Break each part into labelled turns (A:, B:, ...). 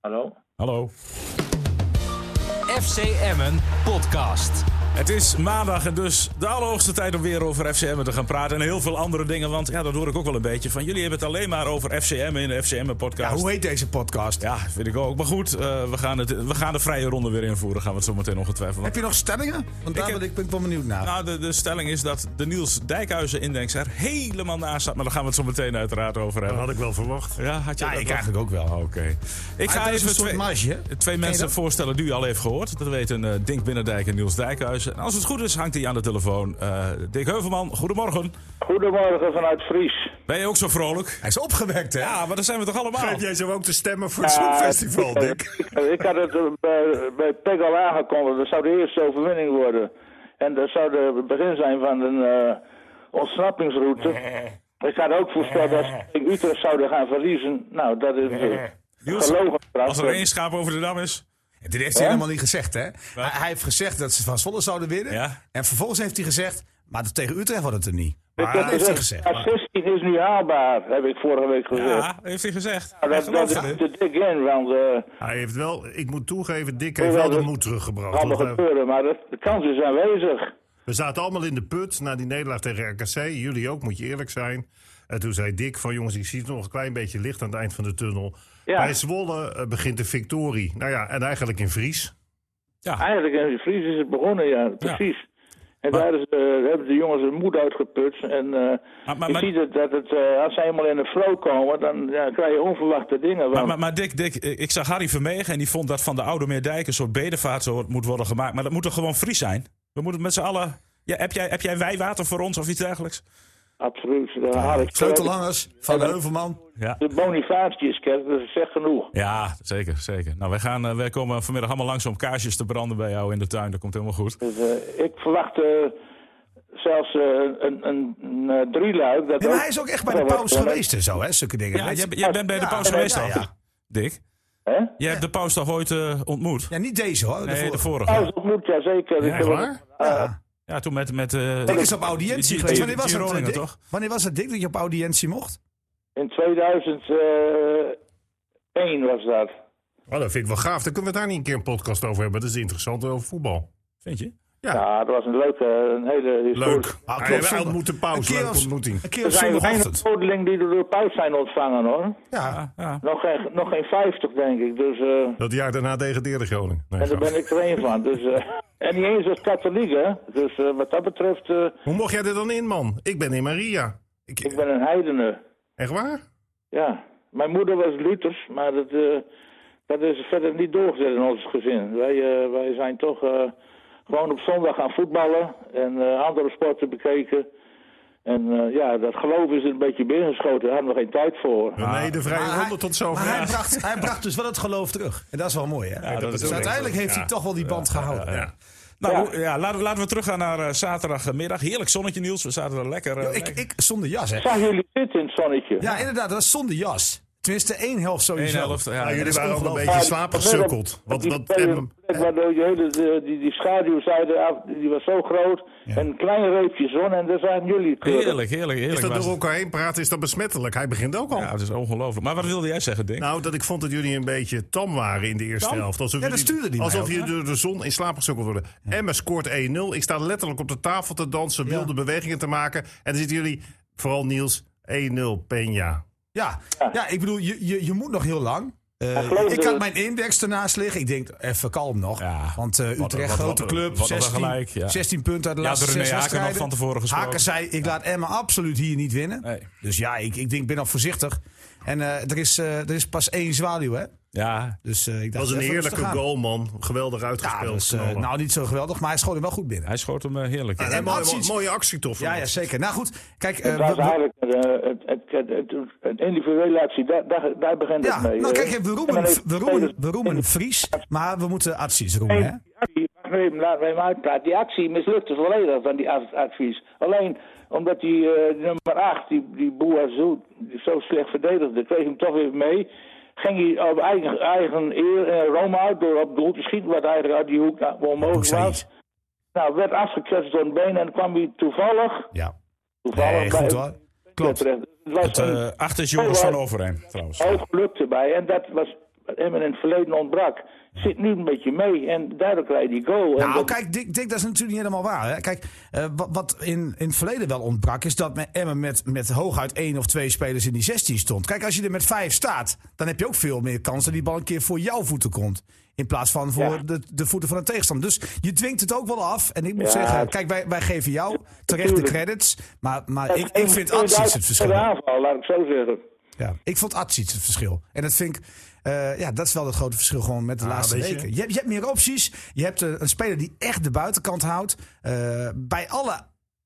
A: Hallo?
B: Hallo.
C: FC Emmen podcast.
B: Het is maandag en dus de allerhoogste tijd om weer over FCM te gaan praten. En heel veel andere dingen, want ja, dat hoor ik ook wel een beetje van. Jullie hebben het alleen maar over FCM in de FCM
D: Ja,
B: podcast.
D: hoe heet deze podcast?
B: Ja, vind ik ook. Maar goed, eh, we, gaan het, we gaan de vrije ronde weer invoeren. Gaan we het zo meteen ongetwijfeld.
D: Heb je nog stellingen? Want daar
B: heb-
D: ben ik, ben ik wel benieuwd naar.
B: Nou, de, de stelling is dat de Niels Dijkhuizen index er helemaal naast staat. Maar daar gaan we het zo meteen uiteraard over
E: Dat
B: hebben.
E: had ik wel verwacht.
B: Ja, had je
D: ja,
B: dat
D: ik
B: nog?
D: eigenlijk ook wel.
B: Oké. Ik
D: Ah,
B: ga
D: dat is
B: even
D: een soort
B: twee,
D: marge, hè?
B: twee
D: je
B: mensen
D: dat?
B: voorstellen die u al heeft gehoord. Dat weten eh, Dink Binnendijk en Niels Dijkhuizen. En als het goed is, hangt hij aan de telefoon. Eh Dick Heuvelman, goedemorgen.
A: Goedemorgen vanuit Fries.
B: Ben je ook zo vrolijk?
D: Hij is opgewekt, hè?
B: Ja, maar dat zijn we toch allemaal?
E: Heb jij zo ook te stemmen voor het
A: Ah,
E: Songfestival,
A: eh,
E: Dick?
A: ik- Ik had het eh, bij, bij Pek al aangekondigd. Dat zou de eerste overwinning worden. En dat zou de- het begin zijn van een eh, ontsnappingsroute. Ik had ook voorspeld dat ze tegen Utrecht zouden gaan verliezen. Nou, dat is eh,
B: Niels,
A: gelogen.
B: Als er één schaap over de dam is.
D: Dit heeft hij helemaal niet gezegd, hè? Hij, hij heeft gezegd dat ze van Zwolle zouden winnen.
B: Ja.
D: En vervolgens heeft hij gezegd, maar dat tegen Utrecht wordt het er niet. Maar
A: heb
E: Ah,
D: dat heeft hij gezegd.
A: Ja, 16 is nu haalbaar, heb ik vorige week gezegd.
B: Ja, heeft hij gezegd.
A: Nou,
B: Hij
A: dat, dat
B: gelooft
A: is
B: erin.
A: te dik in, want eh,
E: Hij heeft wel, ik moet toegeven, Dick
A: Ja,
E: heeft wel de
A: dat-
E: moed teruggebracht.
A: kan nog
E: Want we,
A: gebeuren. Maar dat, de kans is aanwezig.
E: we zaten allemaal in de put na die nederlaag tegen RKC. Jullie ook, moet je eerlijk zijn. En toen zei Dick van jongens, ik zie nog een klein beetje licht aan het eind van de tunnel.
A: Ja.
E: Bij Zwolle eh, begint de victorie. Nou ja, en eigenlijk in Vries.
A: Eigenlijk in Fries is het begonnen, ja, precies. En
B: Maar-
A: daar is, eh, hebben de jongens hun moed uitgeput. En eh,
B: Maar- maar-
A: je
B: maar-
A: ziet het, dat het, eh, als ze helemaal in de flow komen, dan ja, krijg je onverwachte dingen.
B: Maar,
A: Want,
B: maar, maar Dick, Dick, ik zag Harry Vermegen en die vond dat van de Oude Meerdijk een soort bedevaart zo moet worden gemaakt. Maar dat moet toch gewoon Fries zijn? We moeten met z'n allen... Ja, heb, jij, heb jij wijwater voor ons of iets dergelijks?
A: absoluut, daar had ik
D: Sleutelhangers, Van Heuvelman.
B: Ja,
A: De Bonifatiuskerk, dat is echt genoeg.
B: ja zeker, zeker. Nou, wij, gaan, eh, wij komen vanmiddag allemaal langs om kaarsjes te branden bij jou in de tuin. Dat komt helemaal goed.
A: Dus, eh, ik verwacht eh, zelfs eh, een, een, een eh, drieluik. Dat
D: Nee, maar
A: ook- eh,
D: hij is ook echt bij de paus geweest en zo, hè? Zulke dingen.
B: Ja,
D: Weet
B: jij,
D: je-
B: jij bent bij de
D: Ja,
B: paus
D: ja,
B: geweest
D: ja,
B: toch?
D: ja.
B: Dick,
A: Hè?
B: jij hebt de paus toch ooit eh, ontmoet?
D: Ja, niet deze, hoor.
B: Nee, de
D: vorige. Ah,
A: Paus
B: vorige.
A: ontmoet, ja zeker. Ik heb-
D: Ja.
B: Ja, toen met... met eh,
D: Dick is op audiëntie
B: die-
D: geweest.
B: die-
D: Wanneer was
B: die
D: het, eh,
B: Roningen,
D: Dick?
B: toch?
D: Wanneer was het, Dick, dat je op audiëntie mocht?
A: In 2001 was dat.
E: Oh, dat vind ik wel gaaf. Dan kunnen we daar niet een keer een podcast over hebben. Dat is interessant over voetbal.
B: Vind je?
A: Ja, dat was een leuke, een hele
E: Leuk.
A: historische...
D: Ah,
E: Hij
D: klopt,
E: hij
D: zondag.
E: ontmoet de
D: Een
E: paus.
D: keer
E: Leuke
D: als-
E: ontmoeting.
D: Een keer
A: Er
D: op
A: zijn nog geen
D: zondagochtend.
A: vergodeling die door de paus zijn ontvangen hoor.
D: Ja,
B: Ja, ja.
A: Nog geen, nog geen 50 denk ik. Dus, eh,
E: Dat jaar daarna degradeerde Groningen. Nee,
A: en daar
E: grap.
A: ben ik er één van. Dus, eh, en niet eens als katholiek hè. Dus eh, wat dat betreft, eh,
E: Hoe mocht jij er dan in, man? Ik ben in Maria. Ik,
A: ik ben een heidene.
E: Echt waar?
A: Ja. Mijn moeder was Luthers, maar dat, eh, dat is verder niet doorgezet in ons gezin. Wij, eh, wij zijn toch eh, gewoon op zondag gaan voetballen en eh, andere sporten bekeken. En eh, ja, dat geloof is er een beetje binnengeschoten. Daar hadden we geen tijd voor.
E: nee, de vrije
D: Maar
E: ronde
D: hij-
E: tot zover.
D: Maar hij bracht, hij bracht dus wel het geloof terug. En dat is wel mooi, hè?
B: dat
D: dus
B: bedoel ik.
D: uiteindelijk heeft hij
E: Ja.
D: toch wel die band gehouden.
E: Ja.
B: Nou,
A: Ja.
B: hoe- ja, laten, we, laten we teruggaan naar eh, zaterdagmiddag. Heerlijk zonnetje, Niels. We zaten er lekker. eh,
D: Ik,
B: lekker.
D: ik, zonder jas, hè?
A: Zag jullie zitten in het zonnetje?
D: Ja, inderdaad, dat is zonder jas. Tenminste, één helft sowieso.
B: Eén helft, ja.
E: Ja,
B: Ja,
E: jullie
D: dat is
E: waren ook een
D: ongelooflijk.
E: beetje slaapgesukkeld.
A: Wat,
E: Want,
A: die,
E: want,
A: plek
E: em,
A: waardoor je hele, de- die, die schaduwzijde af- die was zo groot. En een klein reepje zon en daar zaten jullie eh, terug.
B: Heerlijk, heerlijk, heerlijk.
E: is dat
B: was
E: door
B: het.
E: elkaar heen praten, is dat besmettelijk. Hij begint ook al.
B: Ja, het is ongelooflijk. Maar wat wilde jij zeggen, Dink?
E: Nou, dat ik vond dat jullie een beetje tam waren in de eerste
B: Tam?
E: helft. Alsof
D: Ja, dat
E: jullie-
D: stuurde die mij
E: Alsof
D: ook,
E: je
D: hè?
E: door de zon in slaap gesukkeld worden. Emma scoort 1-0. Ik sta letterlijk op de tafel te dansen, wilde bewegingen te maken. En dan zitten jullie, vooral Niels, 1-0 Peña.
D: Ja. ja, ik bedoel, je, je, je moet nog heel lang. Eh,
A: Maar geloof
D: ik
A: me-
D: had mijn index ernaast liggen. Ik denk, even kalm nog.
B: Ja.
D: Want eh,
B: Wat-
D: Utrecht,
B: wat-
D: grote
B: wat-
D: club,
B: wat- wat
D: 16,
B: gelijk, ja.
D: 16 punten uit de
B: Ja,
D: laatste
B: de
D: zes
B: René Haken
D: wedstrijden.
B: nog van tevoren gesproken.
D: Haken zei, ik laat Emma absoluut hier niet winnen.
B: Nee.
D: Dus ja, ik, ik denk, ben al voorzichtig. En eh, er, is, eh, er is pas één zwaluw, hè?
B: Ja,
D: Dus eh, ik
E: Dat
D: dacht,
E: was een
D: even
E: heerlijke
D: rustig aan.
E: goal, man. Geweldig
D: Ja,
E: uitgespeeld.
D: dus, eh,
E: knallen.
D: nou, niet zo geweldig, maar hij schoot hem wel goed binnen.
B: hij schoot hem eh, heerlijk. in.
E: en een mooie,
D: acties-
E: mooie actie toch? van
D: Ja, ja,
E: ons.
D: zeker. Nou goed, kijk. eh,
A: Het was
D: we- we-
A: eigenlijk eh, het, het, het, het- een individuele actie, daar, daar, daar begint
D: ja,
A: het mee.
D: nou
A: eh.
D: kijk, we
A: En dan
D: roemen,
A: heeft
D: we roemen, we roemen Fries, maar we moeten acties roemen, hè?
A: Nee, die actie- wacht even, Laten we hem uitpraten. Die actie mislukte volledig van die ad- advies. Alleen omdat die eh, die nummer 8, die, die Boazou, die zo slecht verdedigde, kreeg hem toch weer mee. Ging hij op eigen, eigen eer eh, Rome uit door op doel te schieten, wat eigenlijk uit die hoek eh, onmogelijk
D: Hoekstra
A: was. Nou, werd afgeketst door een been en kwam hij toevallig.
D: Ja.
A: toevallig
D: Nee,
A: bij-
D: goed hoor. Klopt.
A: terecht. Het was
B: Het,
A: een
B: eh, achter is Joris van Overheem, trouwens.
A: hoog geluk erbij. En dat was wat Emmen in het verleden ontbrak, zit nu een beetje mee. En daardoor krijg je die goal. En
D: Nou,
A: dat-
D: kijk, Dick, Dick, dat is natuurlijk niet helemaal waar. Hè. Kijk, eh, wat, wat in, in het verleden wel ontbrak, is dat met Emmen met, met hooguit één of twee spelers in die 16 stond. Kijk, als je er met vijf staat, dan heb je ook veel meer kans dat die bal een keer voor jouw voeten komt. In plaats van voor
A: Ja.
D: de, de voeten van een tegenstander. Dus je dwingt het ook wel af. En ik moet
A: Ja,
D: zeggen,
A: het-
D: kijk, wij, wij geven jou terecht de
A: Natuurlijk.
D: credits. Maar, maar ik, ik
A: En-
D: vind
A: en
D: acties
A: daar-
D: het
A: De
D: verschil.
A: aanval, laat ik zo zeggen.
D: Ja, ik vond acties het verschil. En dat vind ik, eh, ja, dat is wel het grote verschil gewoon met de laatste
E: weet je.
D: weken. Je, hebt- je hebt meer opties. Je hebt eh, een speler die echt de buitenkant houdt. Eh, bij alle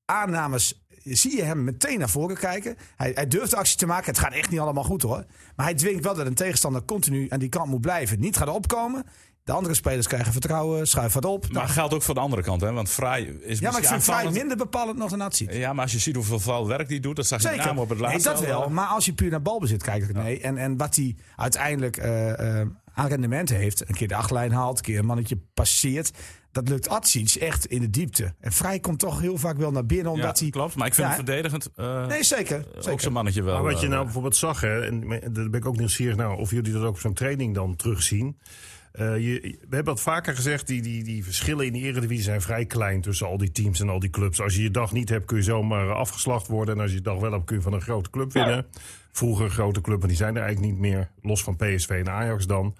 D: aannames zie je hem meteen naar voren kijken. Hij, hij durft de actie te maken. Het gaat echt niet allemaal goed hoor. Maar hij dwingt wel dat een tegenstander continu aan die kant moet blijven. Niet gaat opkomen. De andere spelers krijgen vertrouwen, schuiven wat op. Nou,
B: Maar geldt ook van de andere kant, hè? Want Fraai is
D: ja, maar ik vind Vrij
B: aanvallend.
D: minder bepalend nog dan Atsi.
B: Ja, maar als je ziet hoeveel vuil werk die doet, dat zag je met
D: Zeker.
B: name op het eh. laatste.
D: Nee, dat wel. Maar als je puur naar balbezit kijkt, nee. En, en wat hij uiteindelijk eh, eh, aan rendement heeft. Een keer de achtlijn haalt, een keer een mannetje passeert. Dat lukt Atsic echt in de diepte. En Vrij komt toch heel vaak wel naar binnen,
B: Ja,
D: omdat hij...
B: klopt. Maar ik vind
D: Ja,
B: hem verdedigend eh,
D: Nee, zeker.
B: ook
D: zeker.
B: zo'n mannetje wel.
E: Maar wat je
B: eh,
E: nou bijvoorbeeld zag, hè, en daar ben ik ook nieuwsgierig naar of jullie dat ook op zo'n training dan terugzien. Eh, je, we hebben dat vaker gezegd, die, die, die verschillen in de eredivisie zijn vrij klein tussen al die teams en al die clubs. Als je je dag niet hebt, kun je zomaar eh, afgeslacht worden. En als je je dag wel hebt, kun je van een grote club winnen. Vroeger een grote club, maar die zijn er eigenlijk niet meer. Los van PSV en Ajax dan.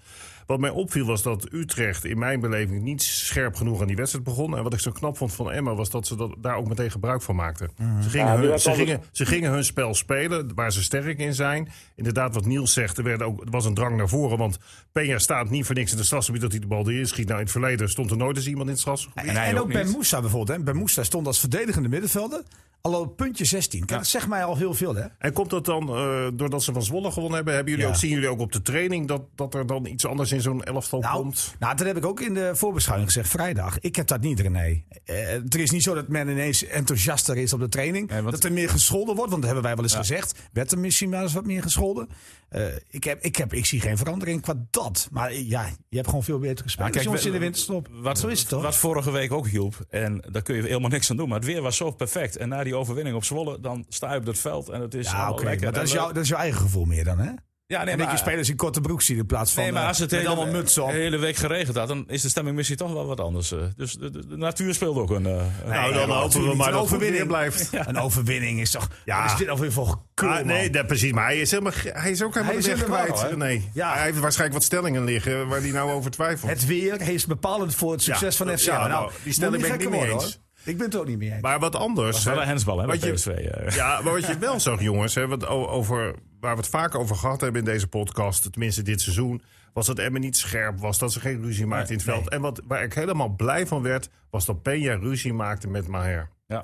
E: Wat mij opviel was dat Utrecht in mijn beleving niet scherp genoeg aan die wedstrijd begon. En wat ik zo knap vond van Emma was dat ze dat, daar ook meteen gebruik van maakten. Ze gingen
A: Mhm. Ja, die
E: hun,
A: was
E: ze
A: altijd-
E: gingen ze gingen hun spel spelen, waar ze sterk in zijn. Inderdaad, wat Niels zegt, er, werd ook, er was een drang naar voren. Want Peña staat niet voor niks in het strafgebied dat hij de bal erin schiet. Nou, in het verleden stond er nooit eens iemand in het strafgebied.
D: En,
B: Nee,
D: en
B: ook
D: ook bij
B: niet.
D: Moussa bijvoorbeeld. Hè. Bij Moussa stond als verdedigende middenvelder al op puntje 16. Kijk, Dat zegt mij al heel veel, hè?
E: En komt dat dan, eh, doordat ze van Zwolle gewonnen hebben, hebben jullie
D: Ja.
E: ook, zien jullie ook op de training dat, dat er dan iets anders in zo'n elftal
D: Nou,
E: komt?
D: nou, dat heb ik ook in de voorbeschouwing gezegd vrijdag. Ik heb dat niet, René. Eh, het is niet zo dat men ineens enthousiaster is op de training.
B: Nee, want-
D: Dat er meer gescholden wordt, want dat hebben wij wel eens gezegd. Werd er misschien wel eens wat meer gescholden. Eh, ik, heb, ik, heb, ik zie geen verandering qua dat. Maar eh, ja, je hebt gewoon veel betere gesprekken.
B: Nou, kijk,
D: Ja, jongens
B: we-
D: in de winterstop.
B: Wat,
D: zo is het toch?
B: Wat vorige week ook hielp. En daar kun je helemaal niks aan doen. Maar het weer was zo perfect. En na die overwinning op Zwolle, dan sta je op dat veld. En het is
D: ja,
B: allemaal
D: oké.
B: Oh, lekker
D: maar dat
B: en
D: is,
B: leuk.
D: jou, dat is jouw eigen gevoel meer dan, hè?
B: Ja, nee,
D: en dat je spelers in korte broek ziet in plaats van
B: Nee, maar
D: eh,
B: als het
D: met
B: hele,
D: allemaal mutsen op.
B: de hele week geregend had, dan is de stemming misschien toch wel wat anders. eh. Dus de, de- de natuur speelt ook een... eh, een-
E: nou,
D: ja,
E: dan
D: maar
E: hopen we
D: natuurlijk
E: maar
D: een
E: dat het goed
D: overwinning.
E: weer blijft.
D: Een overwinning is toch...
E: Ja.
D: Wat is dit alweer voor gekul,
E: Ah, nee,
D: man?
E: dat precies. Maar hij is, helemaal, ge- hij is ook helemaal
D: Hij
E: de
D: is
E: weg
D: helemaal,
E: kwijt.
D: hè?
E: Nee.
D: Ja.
E: Hij heeft waarschijnlijk wat stellingen liggen waar hij nou over twijfelt.
D: Het weer is bepalend voor het succes
E: Ja,
D: van FC.
E: ja,
D: Emmen.
E: nou, die stelling
D: moet
E: ben ik
D: gekker
E: niet mee
D: worden,
E: eens.
D: hoor. Ik ben het ook niet mee eens.
E: Maar wat anders.
B: wel
E: hè,
B: een handsbal, hè,
E: wat
B: met
E: je-
B: PSV. eh.
E: Ja, maar wat je wel zag, jongens, hè, wat o- over, waar we het vaak over gehad hebben in deze podcast, tenminste dit seizoen, was dat Emmen niet scherp was, dat ze geen ruzie maakte in het veld. En wat, waar ik helemaal blij van werd, was dat Peña ruzie maakte met Maher.
B: Ja.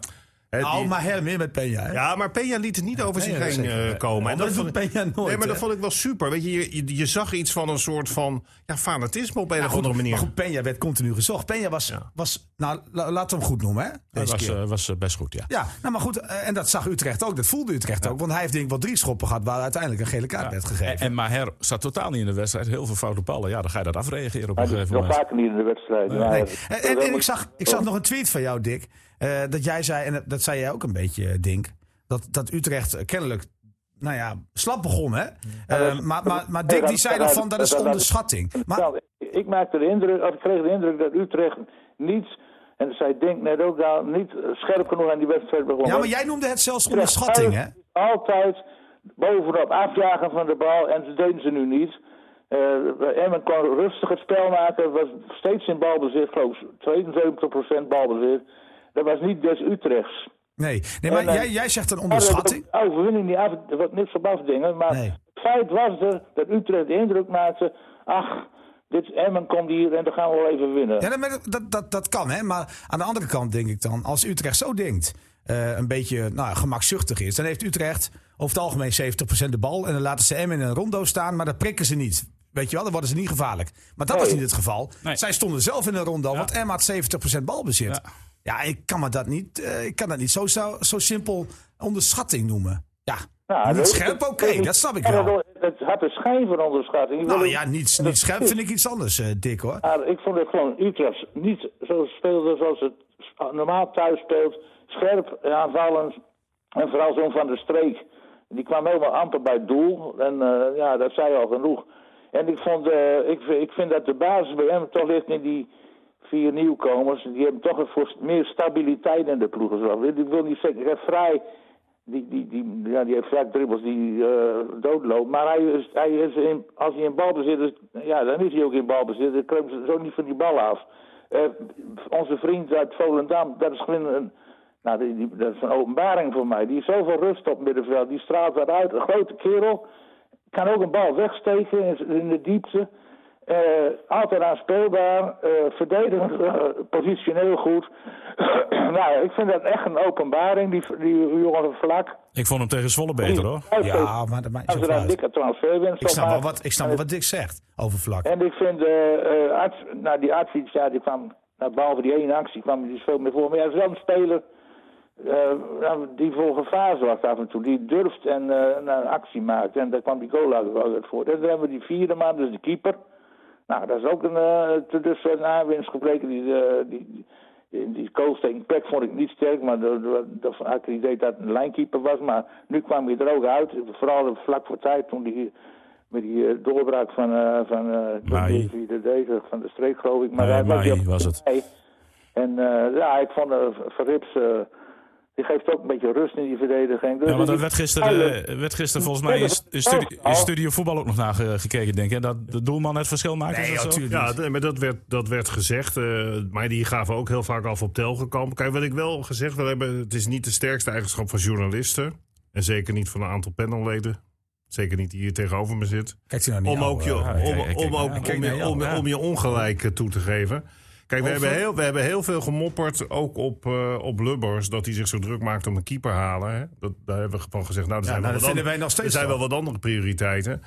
E: Hè,
D: Oh,
E: die-
D: maar Hermin met Peña. hè?
E: Ja, maar Peña liet het niet over
D: nee,
E: zich
D: dat
E: heen
D: zeker.
E: eh, komen. En
D: dat
E: vond
D: doet
E: ik-
D: Peña nooit,
E: Nee, maar dat
D: hè?
E: vond ik wel super. Weet je, je, je, je zag iets van een soort van ja, fanatisme op een
D: Ja,
E: of
D: goed,
E: andere manier.
D: Maar goed, Peña werd continu gezocht. Peña was, was nou, la- laten we hem goed noemen, hè?
B: Dat
D: Deze
B: was,
D: keer.
B: eh, was eh, best goed, ja.
D: ja, nou maar goed, eh, en dat zag Utrecht ook. Dat voelde Utrecht ook. Want hij heeft denk ik wel drie schoppen gehad waar uiteindelijk een gele kaart werd
B: En,
D: gegeven.
B: en Maher zat totaal niet in de wedstrijd. Heel veel foute ballen. Ja, dan ga je dat afreageren op
A: Maar
B: een
A: dat is
B: gegeven
A: nog
B: moment.
A: vaker niet in de wedstrijd. Ja,
D: Nee.
A: dat-
D: En,
A: dat
D: en- en
A: moet- Oh.
D: ik, zag, ik zag nog een tweet van jou, Dick. eh, dat jij zei, en dat- dat zei jij ook een beetje, eh, Dink. Dat, dat Utrecht eh, kennelijk, nou ja, slap begon, hè? Eh, maar, maar, maar Dick die zei nog van, dat is onderschatting. Maar
A: Nou, ik maakte de indruk, of ik kreeg de indruk dat Utrecht niet, en dat zei Denk net ook al, niet scherp genoeg aan die wedstrijd begon.
D: Ja, maar jij noemde het zelfs
A: Utrecht
D: onderschatting, hè?
A: thuis Altijd bovenop afjagen van de bal en dat deden ze nu niet. Eh Emmen kon rustig het spel maken, was steeds in balbezit, geloof ik, 72% balbezit. Dat was niet des Utrechts.
D: Nee, nee maar
A: En, eh,
D: jij, jij zegt een
A: Maar dat is
D: onderschatting.
A: ook Overwinning niet af, er wordt niks op afdingen. Maar
D: Nee.
A: het feit was er dat Utrecht de indruk maakte. Ach, dit is Emmen komt hier en dan gaan we wel even winnen.
D: Ja, dat, dat, dat, dat kan, hè? Maar aan de andere kant denk ik dan, als Utrecht zo denkt, eh, een beetje nou, ja, gemakzuchtig is, dan heeft Utrecht over het algemeen 70% de bal. En dan laten ze M in een rondo staan, maar dan prikken ze niet. Weet je wel, dan worden ze niet gevaarlijk. Maar dat
A: Nee.
D: was niet het geval.
B: Nee.
D: Zij stonden zelf in een rondo, want Emma had 70% balbezit. Ja.
B: Ja.
D: ik kan me dat niet, eh, ik kan dat niet zo, zo, zo simpel onderschatting noemen. Ja,
A: Nou,
D: niet
A: dat-
D: scherp, oké, dat snap ik
A: Ja,
D: wel.
A: dat- Het had een schijn van onderschatting. Ik
D: Nou
A: wil-
D: ja, niet, niet scherp vind ik iets anders, eh Dick, hoor.
A: Maar ik vond het gewoon Utrecht niet zo speelde zoals het normaal thuis speelt. Scherp, en aanvallend en vooral zo'n van de streek. Die kwam helemaal amper bij het doel. En eh, ja, dat zei al genoeg. En ik, vond, eh, ik, ik vind dat de basis bij hem toch ligt in die vier nieuwkomers. Die hebben toch een voor meer stabiliteit in de ploeg gezorgd. Ik wil niet zeggen, ik heb vrij. Die, die, die, ja, die heeft vaak dribbels die eh doodloopt. Maar hij is, hij is in, als hij in balbezit is, ja, dan is hij ook in balbezit. Dan kruipt ze zo niet van die bal af. Eh, onze vriend uit Volendam, dat is gewoon een, nou, die, die- dat is een openbaring voor mij. Die heeft zoveel rust op middenveld. Die straalt daaruit. Een grote kerel. Kan ook een bal wegsteken in- in de diepte. Eh, altijd aanspeelbaar. eh verdedigend, eh, positioneel goed. nou, ik vind dat echt een openbaring, die, die jongen van Vlak.
B: Ik vond hem tegen Zwolle beter hoor.
D: Ja, maar dat maakt
A: Als
D: niet
A: er
D: zoveel
A: een
D: uit.
A: dikke transferwinst
D: Ik
A: op
D: snap wel
A: maakt.
D: wat, ik snap wel wat Dick zegt over vlak.
A: En ik vind, eh, eh, Arts- nou die Artsic, ja, die kwam, nou, behalve die ene actie, kwam hij dus veel meer voor. Maar hij is wel een speler eh, nou, die voor gevaar zorgt af en toe. Die durft en eh, nou, een actie maakt. En daar kwam die goal uit wel uit voor. En dan hebben we die vierde man, dus de keeper. Nou, dat is ook een, eh dus een aanwinst gebleken. Die, eh, die, die, die plek vond ik niet sterk, maar dat- dat- dat- had ik het idee dat het een lijnkeeper was. Maar nu kwam hij er ook uit, vooral vlak voor tijd toen die met die eh, doorbraak van, eh, van, eh, ik
B: Maai.
A: weet niet wie dat deed, van de streek geloof ik. Maar
B: Nee,
A: hij was,
B: Maai
A: die op-
B: was het.
A: Nee. En eh, ja, ik vond eh, Verrips, eh, die geeft ook een beetje rust in die verdediging. Dus
B: Ja, want dat
A: ik-
B: werd gisteren, eh, werd gisteren volgens mij in, stu- in studie- in studio voetbal ook nog naar ge- gekeken, denk ik. hè? Dat de doelman het verschil maakt.
D: Nee,
B: is dat zo?
D: natuurlijk.
E: Ja, d- maar dat werd, dat werd gezegd. eh, maar die gaven ook heel vaak af op Telgekamp. Kijk, wat ik wel gezegd wil hebben... het is niet de sterkste eigenschap van journalisten. En zeker niet van een aantal panelleden. Zeker niet die hier tegenover me zit.
D: Kijkt u nou niet
E: Om
D: aan,
E: ook je-
D: hoor.
B: ja, kijk,
E: om-
B: kijk,
E: om
B: ja,
E: ook-
B: kijk
E: om
B: naar
E: je-
B: jou,
E: om-
B: ja.
E: om je ongelijk eh, toe te geven. Kijk, we
D: Of-
E: hebben, heel, we hebben heel veel gemopperd, ook op, eh, op Lubbers... dat hij zich zo druk maakt om een keeper halen. Hè? Dat, daar hebben we van gezegd, nou, er
D: Ja,
E: zijn,
D: nou, dat
E: wel, wat
D: vinden wij
E: an-
D: nog steeds
E: er zijn
D: wel.
E: wel wat andere prioriteiten.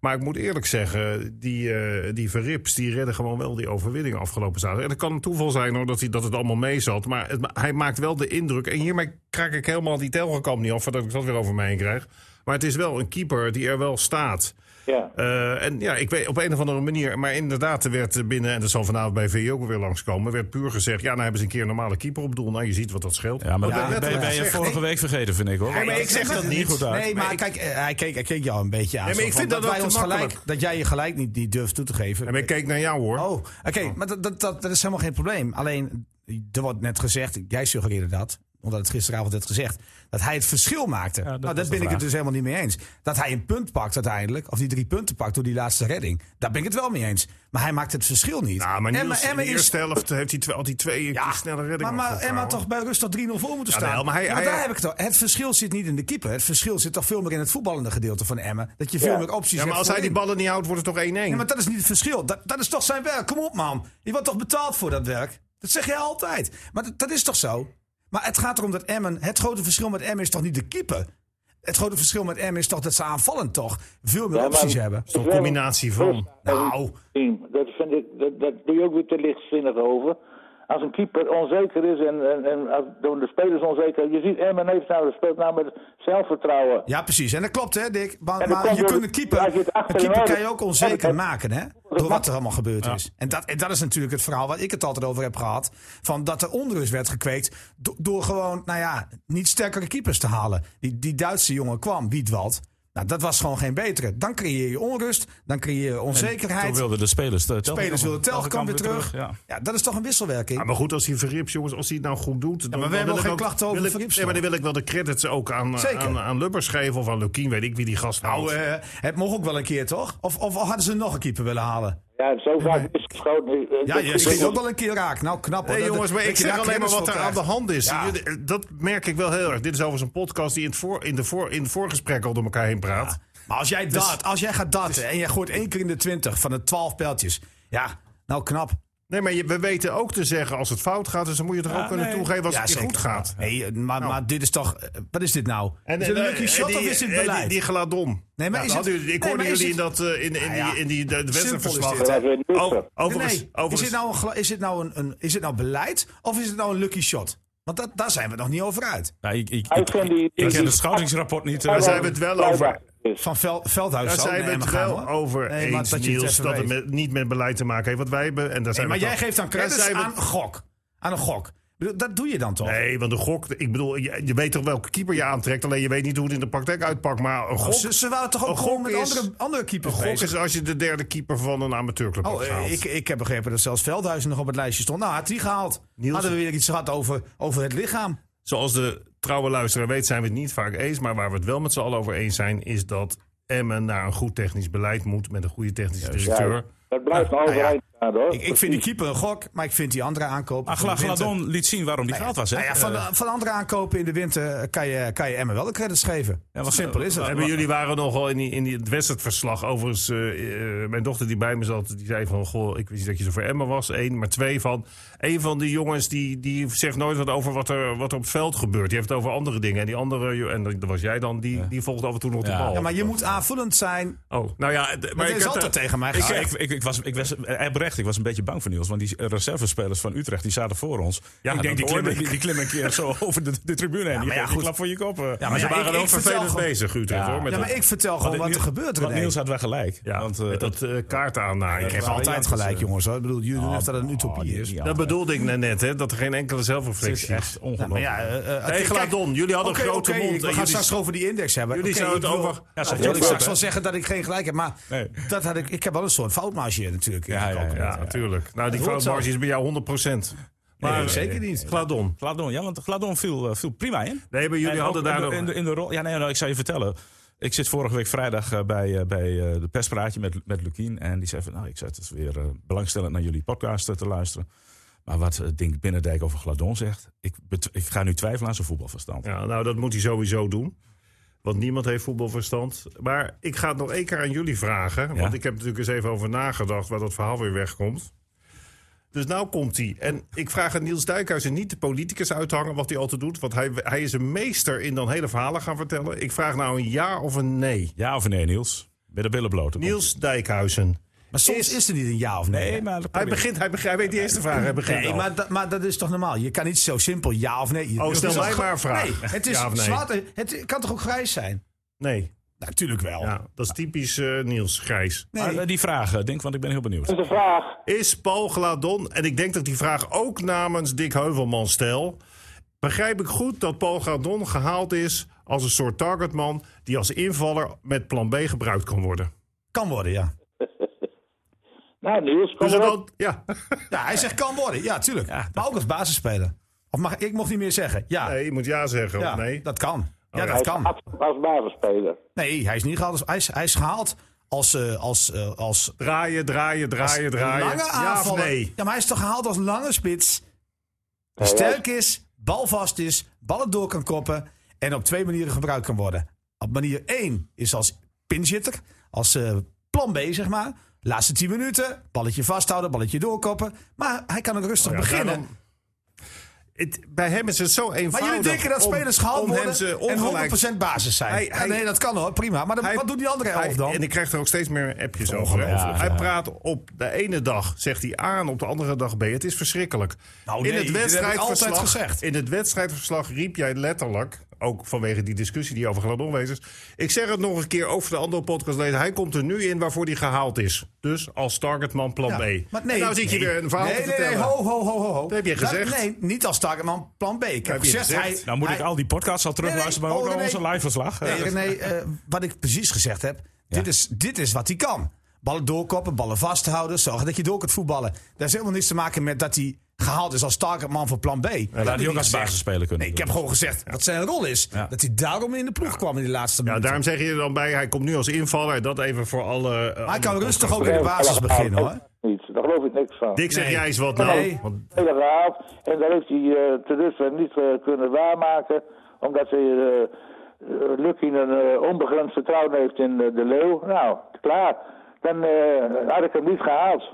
E: Maar ik moet eerlijk zeggen, die, eh, die verrips die redden gewoon wel die overwinning afgelopen zaterdag. En het kan een toeval zijn hoor, dat, hij, dat het allemaal mee zat. Maar het ma- hij maakt wel de indruk. En hiermee kraak ik helemaal die telgekamp niet af, voordat ik dat weer over mij heen krijg. Maar het is wel een keeper die er wel staat.
A: ja.
E: Eh, en ja, ik weet op een of andere manier. Maar inderdaad, er werd binnen, en dat zal vanavond bij VE ook weer langskomen. werd puur gezegd: ja, nou hebben ze een keer een normale keeper op doel. Nou, je ziet wat dat scheelt.
B: Ja, maar
E: Dat
B: dat
E: werd
B: ben, ben
E: letterlijk
B: je
E: gezegd.
B: vorige week vergeten, vind ik hoor.
E: Nee, maar ik zeg dat niet.
B: goed uit.
D: Nee, maar kijk, eh, hij keek, hij keek jou een beetje aan.
E: Nee, maar
D: zo
E: ik
D: van
E: vind dat ook
D: wij
E: te
D: ons gelijk,
E: makkelijk.
D: dat jij je gelijk niet, niet durft toe te geven.
E: En ik keek naar jou hoor.
D: Oh, oké, maar dat, dat, dat, dat is helemaal geen probleem. Alleen, er wordt net gezegd, jij suggereerde dat, omdat het gisteravond werd gezegd, dat hij het verschil maakte.
B: dat
D: nou,
B: was
D: daar
B: de
D: ben ik
B: vraag.
D: het dus helemaal niet mee eens. Dat hij een punt pakt uiteindelijk, of die drie punten pakt door die laatste redding, daar ben ik het wel mee eens. Maar hij maakt het verschil niet.
E: Nou, maar
D: Emma-
E: Niels,
D: Emma
E: in de eerste helft heeft hij twee, al die twee die snelle reddingen.
D: maar, maar Emma
E: afgehouden.
D: toch bij rust toch 3-0 voor moeten
E: Ja,
D: staan.
E: wel, maar hij-
D: Ja, maar
E: hij-
D: daar heb ik het over. Het verschil zit niet in de keeper. Het verschil zit toch veel meer in het voetballende gedeelte van Emma. Dat je veel
A: Ja.
D: meer opties
E: Ja,
D: hebt.
E: maar als hij die
D: voorin.
E: ballen niet houdt, wordt het toch 1-1.
D: Ja, maar dat is niet het verschil. Dat, dat is toch zijn werk. Kom op, man. Je wordt toch betaald voor dat werk? Dat zeg je altijd. Maar dat, dat is toch zo? Maar het gaat erom dat Emmen... Het grote verschil met Emmen is toch niet de keeper? Het grote verschil met Emmen is toch dat ze aanvallend toch veel meer
A: Ja, maar-
D: opties hebben?
E: Zo'n combinatie van.
D: Nou,
A: team. Dat, vind ik, dat, dat doe je ook weer te lichtzinnig over. Als een keeper onzeker is en, en, en als- door de spelers onzeker. Je ziet Emmen heeft nou, dat speelt nou met zelfvertrouwen.
D: ja precies. En dat klopt hè, Dick. Maar,
A: dat
D: maar
A: komt
D: je
A: door-
D: kunt een keeper...
A: als je het
D: Een
A: achter de
D: keeper
A: oren-
D: kan je ook onzeker
A: Ja,
D: maken hè? Door wat er allemaal gebeurd is. En dat, en dat is natuurlijk het verhaal waar ik het altijd over heb gehad. Van dat er onrust werd gekweekt do- door gewoon, nou ja, niet sterkere keepers te halen. Die, die Duitse jongen kwam, Wiedwald. Nou, dat was gewoon geen betere. Dan creëer je onrust, dan creëer je
B: Toen
D: onzekerheid.
B: wilden de spelers. eh, De
D: Spelers willen Telgekamp weer terug.
B: Ja.
D: Ja. dat is toch een wisselwerking.
E: Ja, maar goed, als hij verrips, jongens, als hij het nou goed doet. dan-
D: maar we
E: dan
D: hebben
E: wil
D: ook
E: ik
D: geen klachten over
E: wil ik-
D: Verrips,
E: Nee, maar dan wil ik wel de credits ook aan, eh,
D: Zeker.
E: aan, aan Lubbers geven of aan Lukien, weet ik wie die gast nou.
D: nou, eh, het mocht ook wel een keer toch? Of, of hadden ze nog een keeper willen halen?
A: Ja, zo vaak is het eh, schoon.
D: Ja, je schiet ook wel een keer raak. Nou, knap hoor.
E: Nee,
D: Dat-
E: jongens, maar
D: dat
E: ik
D: je
E: zeg
D: daar
E: alleen maar
D: kennis
E: wat
D: van
E: er aan
D: krijgt.
E: de hand is.
D: Ja.
E: Jullie- eh, Dat merk ik wel heel erg. Dit is overigens een podcast die in het, voor, in de voor, in het voorgesprek al door elkaar heen praat.
D: Ah, Maar als jij, dart, als jij gaat darten en jij gooit één keer in de 20 van de 12 pijltjes. Ja, nou knap.
E: Nee, maar je- we weten ook te zeggen als het fout gaat. Dus dan moet je toch ook kunnen
B: nee.
E: toegeven als
D: ja,
E: het een keer goed gaat.
D: Nee, maar, maar dit is toch... eh, Wat is dit nou? is het een lucky shot
E: die-
D: of is dit
E: eh, en
D: beleid?
E: Die, die geladom.
D: Nee, maar is
E: dat
D: het-
E: hadden jullie- ik
D: nee,
E: hoorde
D: maar is
E: jullie in
D: het-
E: dat eh, in, in,
D: Nou ja,
E: die, in die de-
D: simpel
E: de
D: is
E: wedstrijdverslag.
D: dit, hè?
A: Dat is weer
E: Oh,
A: nuttig.
E: overigens,
D: nee, is
E: overigens,
D: dit nou, een, gla- is dit nou een, een, is dit nou beleid of is het nou een lucky shot? Want dat, daar zijn we nog niet over uit.
B: Ja, ik, ik,
A: Hij
B: ik,
A: vindt die-
B: ik
A: die-
B: ken het schoutingsrapport niet. eh,
E: daar zijn
B: maar-
E: we het wel over.
D: Van Vel, Veldhuis
E: Daar
D: zal ook
E: zijn we
D: naar
E: het
D: Emmen gaan,
E: wel
D: hoor.
E: over
D: Nee, maar
E: eens,
D: dat je het
E: Niels,
D: even
E: dat het
D: weet.
E: met- niet met beleid te maken heeft. Wat wij hebben, en daar zijn
D: Nee, maar
E: we
D: jij
E: het
D: geeft dan
E: Daar
D: credits
E: zijn we-
D: aan een gok. Aan een gok. bedoel, Dat doe je dan toch?
E: Nee, want een gok, ik bedoel, je, je weet toch welke keeper je aantrekt, alleen je weet niet hoe het in de praktijk uitpakt. Maar een gok,
D: ze, ze waren toch ook
E: een
D: gewoon
E: gok
D: met
E: is-
D: andere, andere
E: een
D: keepers
E: gok
D: bezig?
E: is als je de derde keeper van een amateurclub
D: Oh,
E: hebt
D: eh,
E: gehaald.
D: ik, ik heb begrepen dat zelfs Veldhuizen nog op het lijstje stond. Nou, had die gehaald.
E: Niels-
D: Hadden we weer iets gehad over, over het lichaam.
E: Zoals de trouwe luisteraar weet, zijn we het niet vaak eens. Maar waar we het wel met z'n allen over eens zijn, is dat Emmen naar een goed technisch beleid moet. Met een goede technische directeur.
A: Ja, dat blijft overeind staan hoor.
D: Ik, ik vind die keeper een gok, maar ik vind die andere
E: Ah,
D: aankopen... van
B: Agla
D: de winter-
B: Gladon liet zien waarom die gehaald was. Hè?
D: Nou ja, van,
B: Eh,
D: van andere aankopen in de winter kan je, kan je Emmen wel de credits geven.
B: Ja, wat-
D: Simpel is het.
E: Hebben jullie waren nogal in, die, in die, het wedstrijdverslag. Overigens, eh, eh, mijn dochter die bij me zat, die zei van... Goh, ik wist niet dat je zo voor Emmen was. Eén, maar twee van... Een van die jongens die, die zegt nooit wat over wat er, wat er op het veld gebeurt. Die heeft het over andere dingen. En die andere, en dat was jij dan, die, die volgt af en toe nog de
B: Ja.
E: bal.
D: Ja, maar je moet aanvullend zijn.
E: Oh, nou ja, d- maar
D: Maar
E: ik
D: dat is
E: heb
D: altijd
E: er-
D: tegen mij
B: Ik,
D: gezegd.
B: ik, ik, ik was, ik was eh, oprecht, ik was een beetje bang voor Niels. Want die reservespelers van Utrecht die zaten voor ons.
E: Ja,
B: ik denk, die
E: dat
B: klimmen,
E: hoorde ik.
B: die klimmen een keer zo over de, de tribune heen.
D: maar
B: die
D: ja,
B: geeft een
D: goed.
B: klap voor je kop. eh.
D: maar
E: Maar ze
D: ja,
E: waren
D: ik-
E: ook
D: ik vertel
E: vervelend
D: gewoon-
E: bezig, Utrecht,
B: Ja.
E: hoor. Met
D: Ja, maar
E: dat-
D: ik vertel gewoon wat, er
B: Niels-
D: gebeurt,
B: Want
D: René.
B: Niels had wel gelijk.
E: ja,
B: want, eh,
E: met dat eh, kaart aan. Nou, ik
D: Ik
E: heb
D: heb altijd gelijk, jongens. Hoor. Ik bedoel, jullie
E: Nou,
D: doen echt dat het
B: oh,
D: een utopie is.
E: Dat bedoelde ik net, hè, dat er geen enkele
B: het is
E: zelfreflectie is.
B: echt ongelooflijk.
D: Maar ja, eh, eh,
E: Nee,
D: kijk,
E: Gladon, jullie hadden
D: oké,
E: een grote
D: oké,
E: mond.
D: We
E: en
D: gaan
E: jullie-
D: straks over die index hebben.
E: Jullie
D: Oké,
E: zouden
D: ik
E: het
D: wil-
E: over-
D: Ja,
B: Ja,
D: ze
B: ze
D: wil ik
B: hebben
D: straks
B: het,
D: wel zeggen dat ik geen gelijk heb. Maar
B: Nee.
D: dat had ik, ik heb wel een soort foutmarge hier natuurlijk.
B: Ja, ja, ja.
E: Ja, natuurlijk. Nou, die
D: Het hoort
E: foutmarge
D: zo.
E: is bij jou 100%. Maar
D: nee, zeker
E: eh,
D: niet.
E: Gladon.
B: Gladon, ja, want Gladon viel, eh, viel prima in.
E: Nee, maar jullie
B: En
E: hadden
B: ook
E: daar
B: in
E: nog...
B: de, in de, in de rol. Ja, nee, nou, ik zou je vertellen. Ik zit vorige week vrijdag eh, bij, eh, bij eh, de perspraatje met, met Lukien. En die zei van, nou, ik zat dus weer eh, belangstellend naar jullie podcast eh, te luisteren. Maar wat eh, Dink Binnendijk over Gladon zegt, ik, bet- ik ga nu twijfelen aan zijn voetbalverstand.
E: Ja, nou, dat moet hij sowieso doen. Want niemand heeft voetbalverstand. Maar ik ga het nog één keer aan jullie vragen. Want ik heb natuurlijk eens even over nagedacht waar dat verhaal weer wegkomt. Dus nou komt hij. En ik vraag aan Niels Dijkhuizen niet de politicus uithangen wat hij altijd doet. Want hij, hij is een meester in dan hele verhalen gaan vertellen. Ik vraag nou een ja of een nee.
B: Ja of nee, Niels? Met de billen bloot. Dan
E: Niels Dijkhuizen.
D: Maar soms is, er niet een ja of
B: komt-
D: nee.
B: Nee, maar...
E: Hij begint, hij, begint, hij weet die eerste vraag. Hij begint
D: Nee,
E: al.
D: maar, dat, maar dat is toch normaal? Je kan niet zo simpel ja of nee. Je-
E: Oh,
D: het
E: stel
D: is toch
E: mij
D: ge-
E: maar een vraag.
D: Nee, het, is
E: Ja of nee?
D: zwart- het kan toch ook grijs zijn?
E: Nee.
D: Natuurlijk wel.
E: Ja, dat is typisch eh, Niels Grijs.
D: Nee. Oh.
B: Maar, eh, die vragen, Dink, want ik ben heel benieuwd.
A: Dat is de vraag.
E: Is Paul Gladon, en ik denk dat die vraag ook namens Dick Heuvelman stel. Begrijp ik goed dat Paul Gladon gehaald is als een soort targetman die als invaller met plan B gebruikt kan worden?
D: Kan worden, ja.
A: Nou Niels, kom
E: Dus
A: erop.
E: dan, ja,
D: Ja, hij zegt kan worden. Ja, tuurlijk. maar ook als basisspeler. Of mag, ik mocht niet meer zeggen. Ja,
E: nee, je moet ja zeggen.
D: ja
E: of nee.
D: dat kan. Ja,
E: Oh, ja.
D: dat
A: Hij
D: kan.
A: gaat als basisspeler.
D: Nee, hij is niet gehaald. als- Hij is, hij is gehaald als, eh, als, eh, als
E: Draaien, draaien, draaien, draaien.
D: lange
E: ja of
D: aanvaller.
E: nee?
D: Ja, maar hij is toch gehaald als lange spits. Die sterk is, balvast is, ballen door kan koppen. En op twee manieren gebruikt kan worden. Op manier één is als pinzitter. Als eh, plan B, zeg maar. Laatste 10 minuten. Balletje vasthouden, balletje doorkoppen. Maar hij kan ook rustig
E: Oh Ja, nou
D: beginnen.
E: daarom- Het, bij hem is het zo eenvoudig.
D: Maar jullie denken dat
E: om-
D: spelers gehaald
E: om hem
D: worden
E: ze
D: en
E: ongelijk
D: 100% basis zijn.
E: Hij-
D: Ja,
E: hij-
D: nee, dat kan hoor, prima. Maar dan-
E: Hij-
D: wat doen die andere
E: hij-
D: elf dan?
E: En ik krijg er ook steeds meer appjes over. hè.
B: Ongelooflijk,
E: Hij
B: ja.
E: praat op de ene dag, zegt hij A, en op de andere dag B. Het is verschrikkelijk.
D: Nou, nee,
E: in, het
D: dit heb ik
E: wedstrijdverslag,
D: altijd gezegd.
E: in het wedstrijdverslag riep jij letterlijk, ook vanwege die discussie die over Gladon wees is. Ik zeg het nog een keer over de andere podcastleden. Hij komt er nu in waarvoor hij gehaald is. Dus als targetman plan
D: Ja,
E: B.
D: Maar nee,
E: en nou zit je
D: nee.
E: weer een verhaal
D: nee,
E: te
D: nee,
E: vertellen.
D: Nee, ho, ho, ho, ho, ho.
E: Dat heb je gezegd.
D: nee, niet als Starkman plan B. Ik heb,
E: heb je
D: gezegd,
E: gezegd.
D: hij...
B: Nou moet
D: hij,
B: ik al die podcasts al terugluisteren, maar
D: Nee,
B: ook
D: nee, oh,
B: al
D: nee,
B: onze
D: nee.
B: live verslag.
D: Nee, René, eh, wat ik precies gezegd heb. Dit, is, dit is wat hij kan. Ballen doorkoppen, ballen vasthouden. Zorgen dat je door kunt voetballen. Daar heeft helemaal niks te maken met dat hij gehaald is als Starkman voor plan B.
B: Laat
D: Dat
B: hij ook
D: niet
B: als
D: gezegd.
B: basisspeler kunnen.
D: Nee, ik heb gewoon gezegd wat zijn rol is.
B: Ja.
D: Dat hij daarom in de ploeg kwam in die laatste
E: Ja,
D: minuten.
E: Nou, daarom zeg je er dan bij, hij komt nu als invaller. Dat even voor alle... eh,
D: Maar hij kan
E: andere
D: rustig ook
E: podcastleden.
D: in de basis beginnen hoor.
A: Niet, daar geloof ik niks van.
E: Dick, zeg
D: Nee.
E: jij eens wat nou?
A: Nee.
E: Want
A: Hele gehaald. En dat heeft hij eh te dusver niet eh, kunnen waarmaken. Omdat hij eh, eh, Lucky een eh, onbegrensd vertrouwen heeft in eh, de Leeuw. Nou, klaar. Dan eh, had ik hem niet gehaald.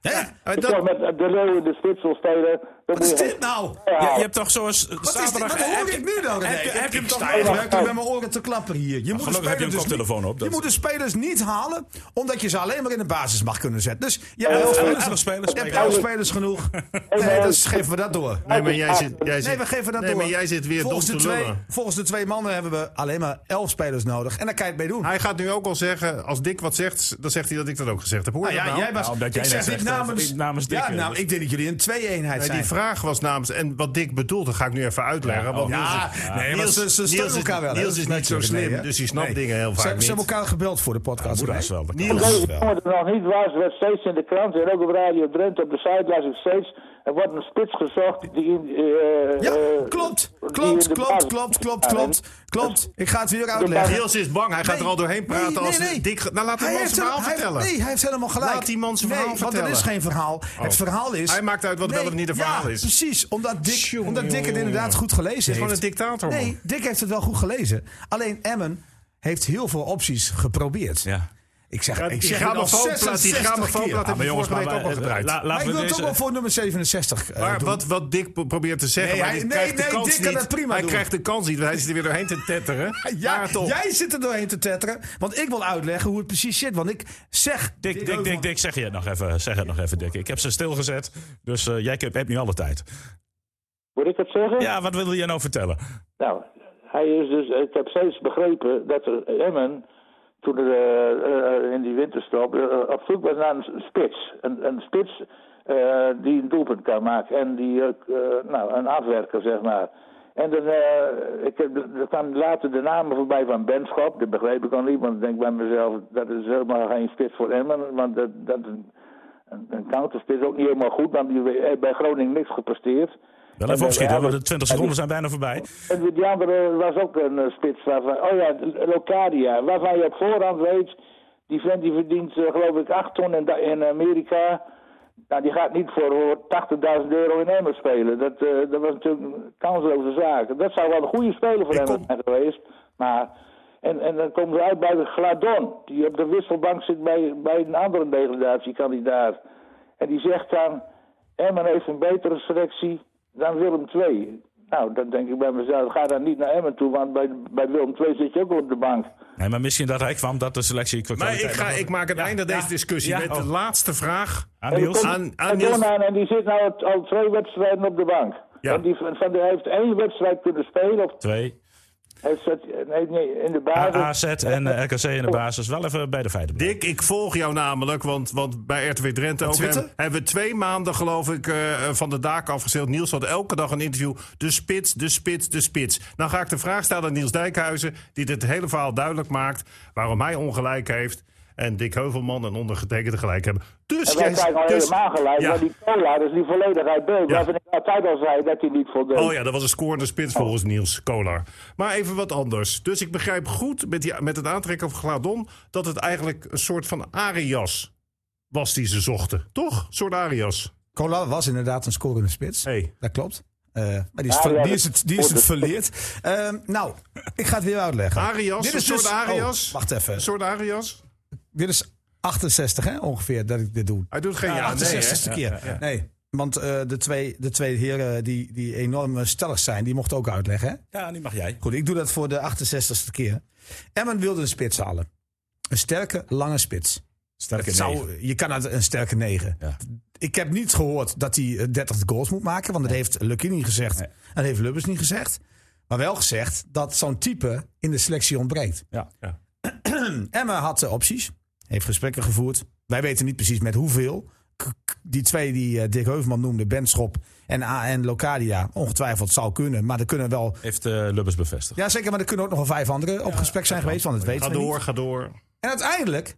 D: Hè?
E: Eh,
A: Ik
E: dat-
A: zeg met de Leeuw in de spitsel spelen. Dan
D: Wat is
A: moet je-
D: dit nou?
B: Je,
A: Ja,
B: je hebt toch zo'n zaterdag...
D: Wat, is dit? wat hoor
B: heb-
D: ik nu dan?
B: Heb je, heb je hem toch...
D: Ik
A: nog-
D: werk nu met mijn oren te klappen hier. Je moet de
B: gelukkig heb je een
D: spelers dus
B: koptelefoon
D: niet-
B: op, dat-
D: Je moet de spelers niet halen, omdat je ze alleen maar in de basis mag kunnen zetten. Dus je hebt
A: Eh,
D: elf spelers,
B: elf spelers,
D: je hebt
B: maar-
D: elf spelers genoeg. Nee,
A: maar-
D: dus geven we dat door.
E: Nee, maar jij zit, jij zit,
D: Nee, we geven dat
E: nee,
D: door.
E: maar jij zit weer dom
D: volgens
E: te
D: de, twee,
E: lullen.
D: volgens de twee mannen hebben we alleen maar elf spelers nodig. En daar kan je het mee doen.
E: Hij gaat nu ook al zeggen, als Dick wat zegt, dan zegt hij dat ik dat ook gezegd heb. Hoor je
D: Nou ja,
E: dat nou?
D: jij was,
B: Nou, omdat
D: ik
B: jij
D: zeg
B: net
D: niet
B: zegt,
D: namens,
B: eh, namens Dick,
D: ja,
B: eh,
D: nou,
B: dus-
D: ik denk dat jullie een twee-eenheid
E: Nee,
D: zijn.
E: die vraag was namens... En wat Dick bedoelt, dat ga ik nu even uitleggen.
B: Ja,
E: want
B: oh.
E: Niels
D: Ja, nee,
E: is-
D: maar
E: Niels-
D: ze, ze
E: Niels
D: steunen
E: is-
D: elkaar wel. hè?
E: Niels is niet zo
D: natuurlijk,
E: slim,
D: hè?
E: dus die snapt
D: Nee.
E: dingen heel
D: Ze,
E: vaak
D: ze hebben
E: niet.
D: elkaar gebeld voor de podcast.
B: Boeddha
D: hè?
B: is wel. Dat kan
E: Niels-
B: dat
E: Nee,
B: is
A: Deze
B: wel.
A: jongen er nog niet was, werd steeds in de krant en ook op Radio Drenthe op de site las ik steeds. Er wordt een spits gezocht die in. eh,
D: Ja,
A: eh,
D: klopt,
A: die in
D: klopt,
A: de
D: klopt,
A: basis-
D: klopt, klopt,
A: Ja,
D: klopt, klopt. Ik ga het weer uitleggen.
E: Niels is bang, hij gaat
D: Nee,
E: er al doorheen praten
D: nee,
E: als
D: nee, nee.
E: Dick... ge- Nou, laat hem
D: Hij
E: man
D: heeft
E: zijn
D: hem-
E: verhaal
D: hij-
E: vertellen.
D: nee, hij heeft helemaal gelijk.
E: Laat die man zijn
D: nee,
E: verhaal
D: want er is
E: vertellen. Oh.
D: geen verhaal. Het verhaal is...
E: Hij maakt uit wat wel of niet een verhaal
D: ja,
E: is.
D: precies. Omdat Dick,
E: Tjonge,
D: omdat Dick het
E: jonge,
D: inderdaad
E: jonge.
D: goed gelezen heeft.
E: is gewoon een dictator, man.
D: Nee, Dick heeft het wel goed gelezen. Alleen Emmen heeft heel veel opties geprobeerd.
B: Ja.
D: Ik zeg,
E: Ja,
D: ik
E: die
D: zeg het al
E: grammofoonplaat, die
D: 66 keer.
E: grammofoonplaat
D: Maar
E: heb
B: Maar
E: je
B: jongens,
E: vorige
B: maar,
E: week ook al
B: maar,
E: gedraaid.
B: la- laten
D: ik
B: we
D: wil toch wel
B: deze...
D: voor nummer 67 eh,
E: Maar
D: doen.
E: wat, wat Dick pro- probeert te zeggen.
D: Nee,
E: maar
D: hij-
E: hij
D: nee,
E: krijgt de
D: nee,
E: kans
D: Dick kan
E: niet.
D: het prima
E: Hij
D: doen.
E: krijgt de kans niet, want hij zit er weer doorheen te tetteren.
D: Ja,
E: Maar toch.
D: jij zit er doorheen te tetteren. Want ik wil uitleggen hoe het precies zit. Want ik zeg...
B: Dick, Dick,
D: Heuvelman-
B: Dick, Dick, zeg je het nog even, zeg het nog even, Dick. Ik heb ze stilgezet, dus eh, jij hebt nu alle tijd.
A: Moet ik het zeggen?
B: Ja, wat wilde je nou vertellen?
A: Nou, hij is dus. Ik heb steeds begrepen dat er Emmen. Toen er, eh, eh, in die winterstop eh, op zoek was naar een spits. Een, een spits eh, die een doelpunt kan maken. En die, eh, eh, nou, een afwerker, zeg maar. En dan, eh, ik heb, er kwamen later de namen voorbij van Benschop. Dat begreep ik al niet, want ik denk bij mezelf... dat is helemaal geen spits voor Emmen. Want dat, dat, een, een counterspits is ook niet helemaal goed. Want die heeft bij Groningen niks gepresteerd.
B: Wel
A: En
B: even
A: bij
B: opschieten, want
A: Ajax-
B: de 20
A: en die-
B: seconden zijn bijna voorbij.
A: en die andere was ook een eh, spits waarvan. Oh ja, Locadia. Waarvan je op voorhand weet. Die vent die verdient, eh, geloof ik, 8 ton in, Da- in Amerika. Nou, die gaat niet voor hoor, 80.000 euro in Emmen spelen. Dat, eh, dat was natuurlijk een kansloze zaak. Dat zou wel een goede speler voor Emmen zijn geweest. Maar. En, en dan komen ze uit bij de Gladon. Die op de wisselbank zit bij, bij een andere degradatiekandidaat. En die zegt dan, Emmen heeft een betere selectie dan Willem II. Nou, dan denk ik bij mezelf, ga dan niet naar Emmen toe, want bij, bij Willem II zit je ook al op de bank.
B: Nee, maar misschien dat hij kwam, dat de selectie...
E: Maar ik, ga, ik maak het einde aan deze
B: ja.
E: discussie
B: Ja.
E: met de
B: Oh.
E: laatste vraag.
B: Aan
A: En die
B: Niels?
A: komt
E: Aan- aan
A: er
E: Niels.
A: doorheen en die zit nou het- al twee wedstrijden op de bank.
E: Ja.
A: En die, van, die heeft één wedstrijd kunnen spelen, of
B: Twee.
A: heeft, zet- nee, nee, in de basis.
B: AZ en eh, RKC in de basis. Wel even bij de feiten.
E: Dick, ik volg jou namelijk, want, want bij RTW Drenthe ook
D: Twitter?
E: hebben, hebben we twee maanden, geloof ik, eh, eh, van de daken afgezeild. Niels had elke dag een interview. De spits, de spits, de spits. Dan ga ik de vraag stellen aan Niels Dijkhuizen, die dit hele verhaal duidelijk maakt. Waarom hij ongelijk heeft en Dick Heuvelman en ondergetekende gelijk hebben. Dus
A: En wij
E: jij-
A: krijgen al
E: dus-
A: helemaal gelijk,
E: ja.
A: want die cola is niet volledig uit beeld.
E: Ja.
A: Waarvan ik altijd al zei dat hij niet voldeed.
E: Oh ja, dat was een scorende spits volgens Niels Kolar. Maar even wat anders. Dus ik begrijp goed met, die, met het aantrekken van Gladon... dat het eigenlijk een soort van Arias was die ze zochten. Toch? Een soort Arias.
D: Cola was inderdaad een scorende spits.
E: Hey.
D: Dat klopt. Eh, maar die is,
A: Ja,
D: ver-
A: Ah, ja,
D: die
A: dat-
D: is het, die is het verleerd. Ehm, nou, ik ga het weer uitleggen.
E: Arias,
D: Dit
E: een
D: is
E: soort
D: dus-
E: Arias.
D: oh, wacht even.
E: Een soort Arias.
D: Dit is 68 hè, ongeveer dat ik dit doe.
E: Hij doet geen ja, Ah, nee, hè?
D: 68 e keer. Nee, want eh, de, twee, de twee heren die, die enorm stellig zijn, die mochten ook uitleggen. Hè?
B: Ja, die mag jij.
D: Goed, ik doe dat voor de 68ste keer. Emmen wilde een spits halen. Een sterke, lange spits.
B: Sterke
D: Het zou- je kan uit een sterke 9.
B: Ja.
D: Ik heb niet gehoord dat hij eh, 30 goals moet maken. Want dat heeft Lucky niet gezegd.
B: Nee.
D: En dat heeft Lubbers niet gezegd. Maar wel gezegd dat zo'n type in de selectie ontbreekt.
B: Ja.
D: Emma had eh, opties. Heeft gesprekken gevoerd. Wij weten niet precies met hoeveel. K- k- Die twee die eh, Dick Heuvelman noemde, Benschop en AN Locadia, ongetwijfeld zou kunnen. Maar er kunnen wel.
B: Heeft eh, Lubbers bevestigd.
D: Ja, zeker, maar er kunnen ook nog wel vijf anderen op gesprek zijn geweest, want dat weten
E: Ga
D: we niet.
E: door, ga door.
D: En uiteindelijk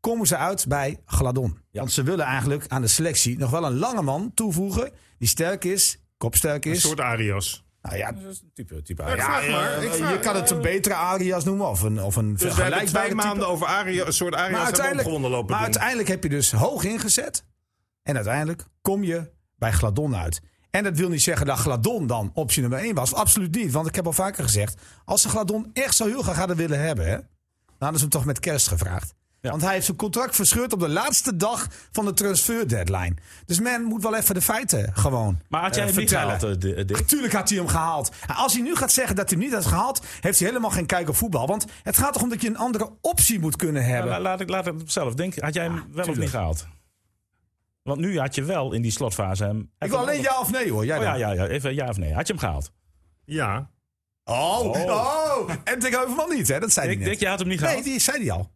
D: komen ze uit bij Gladon. Want ze willen eigenlijk aan de selectie nog wel een lange man toevoegen. Die sterk is, kopsterk
E: Een
D: is.
E: soort Arias.
D: Nou ja,
B: Dat is een type, type
E: Ja, vraag maar. Ik
D: eh,
E: vraag-
D: je kan het een betere Arias noemen of een, of een
E: Dus we hebben
D: vergelijkbare
E: twee
D: type.
E: maanden over Arias, een soort Arias
D: Maar, uiteindelijk,
E: hebben we opgewonden lopen
D: maar
E: doen.
D: uiteindelijk heb je dus hoog ingezet. En uiteindelijk kom je bij Gladon uit. En dat wil niet zeggen dat Gladon dan optie nummer 1 was. Absoluut niet. Want ik heb al vaker gezegd. Als ze Gladon echt zo heel graag hadden willen hebben. Hè, dan hadden ze hem toch met kerst gevraagd.
B: Ja.
D: Want hij heeft zijn contract verscheurd op de laatste dag van de transfer deadline. Dus men moet wel even de feiten gewoon.
B: Maar had jij
D: eh,
B: hem niet
D: vertellen.
B: gehaald, eh, Di- eh, Dick?
D: Tuurlijk had hij hem gehaald. Als hij nu gaat zeggen dat hij hem niet had gehaald, heeft hij helemaal geen kijk op voetbal. Want het gaat toch om dat je een andere optie moet kunnen hebben.
B: La- laat, ik, laat ik zelf denken. Had jij hem wel of niet gehaald? Want nu had je wel in die slotfase hem...
D: Ik wil alleen ja of nee hoor. Jij
B: Oh, ja,
D: dan.
B: ja, ja. Even ja of nee. Had je hem gehaald?
E: Ja.
D: Oh, oh. en Dick Heuvelman niet, hè? Dat zei hij
B: Dick,
D: net.
B: Dick, je had hem niet
D: nee,
B: gehaald?
D: die zei hij al.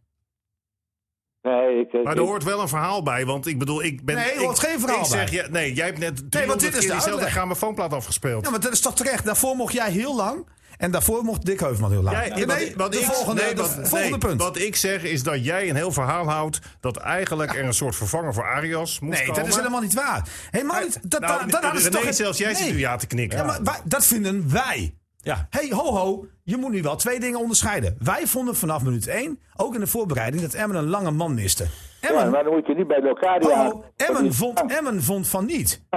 A: Nee, Nee, ik,
E: Maar
A: ik-
E: er hoort wel een verhaal bij, want ik bedoel, ik ben...
D: Nee, er
E: ik,
D: hoort geen verhaal
E: ik zeg,
D: bij.
E: ja, nee, jij hebt net
D: Nee, want dit
E: 300
D: is de
E: keer diezelfde
D: uitleg.
E: grammofoonplaat afgespeeld.
D: Ja, maar dat is toch terecht. Daarvoor mocht jij heel lang. En daarvoor mocht Dick Heuvelman heel lang.
E: Jij-
D: nee,
E: wat- wat
D: de
E: ik-
D: volgende,
E: nee,
D: de
E: wat-
D: volgende
E: nee,
D: punt.
E: Wat ik zeg is dat jij een heel verhaal houdt dat eigenlijk er een soort vervanger voor Arias moet
D: nee,
E: komen.
D: dat is helemaal niet waar. Helemaal niet. Dat,
E: Nou,
D: dat, dat hadden ze
E: René,
D: toch... het-
E: zelfs jij zit nu ja te knikken.
D: Ja, maar wij- dat vinden wij.
B: Ja.
D: Hé, hey, ho, ho. Je moet nu wel twee dingen onderscheiden. Wij vonden vanaf minuut één, ook in de voorbereiding, dat Emmen een lange man miste. Emmen,
A: Ja, maar dan moet je niet bij
D: ho,
A: Locadia.
D: ho, Oh, Emmen, vond, Emmen vond van niet.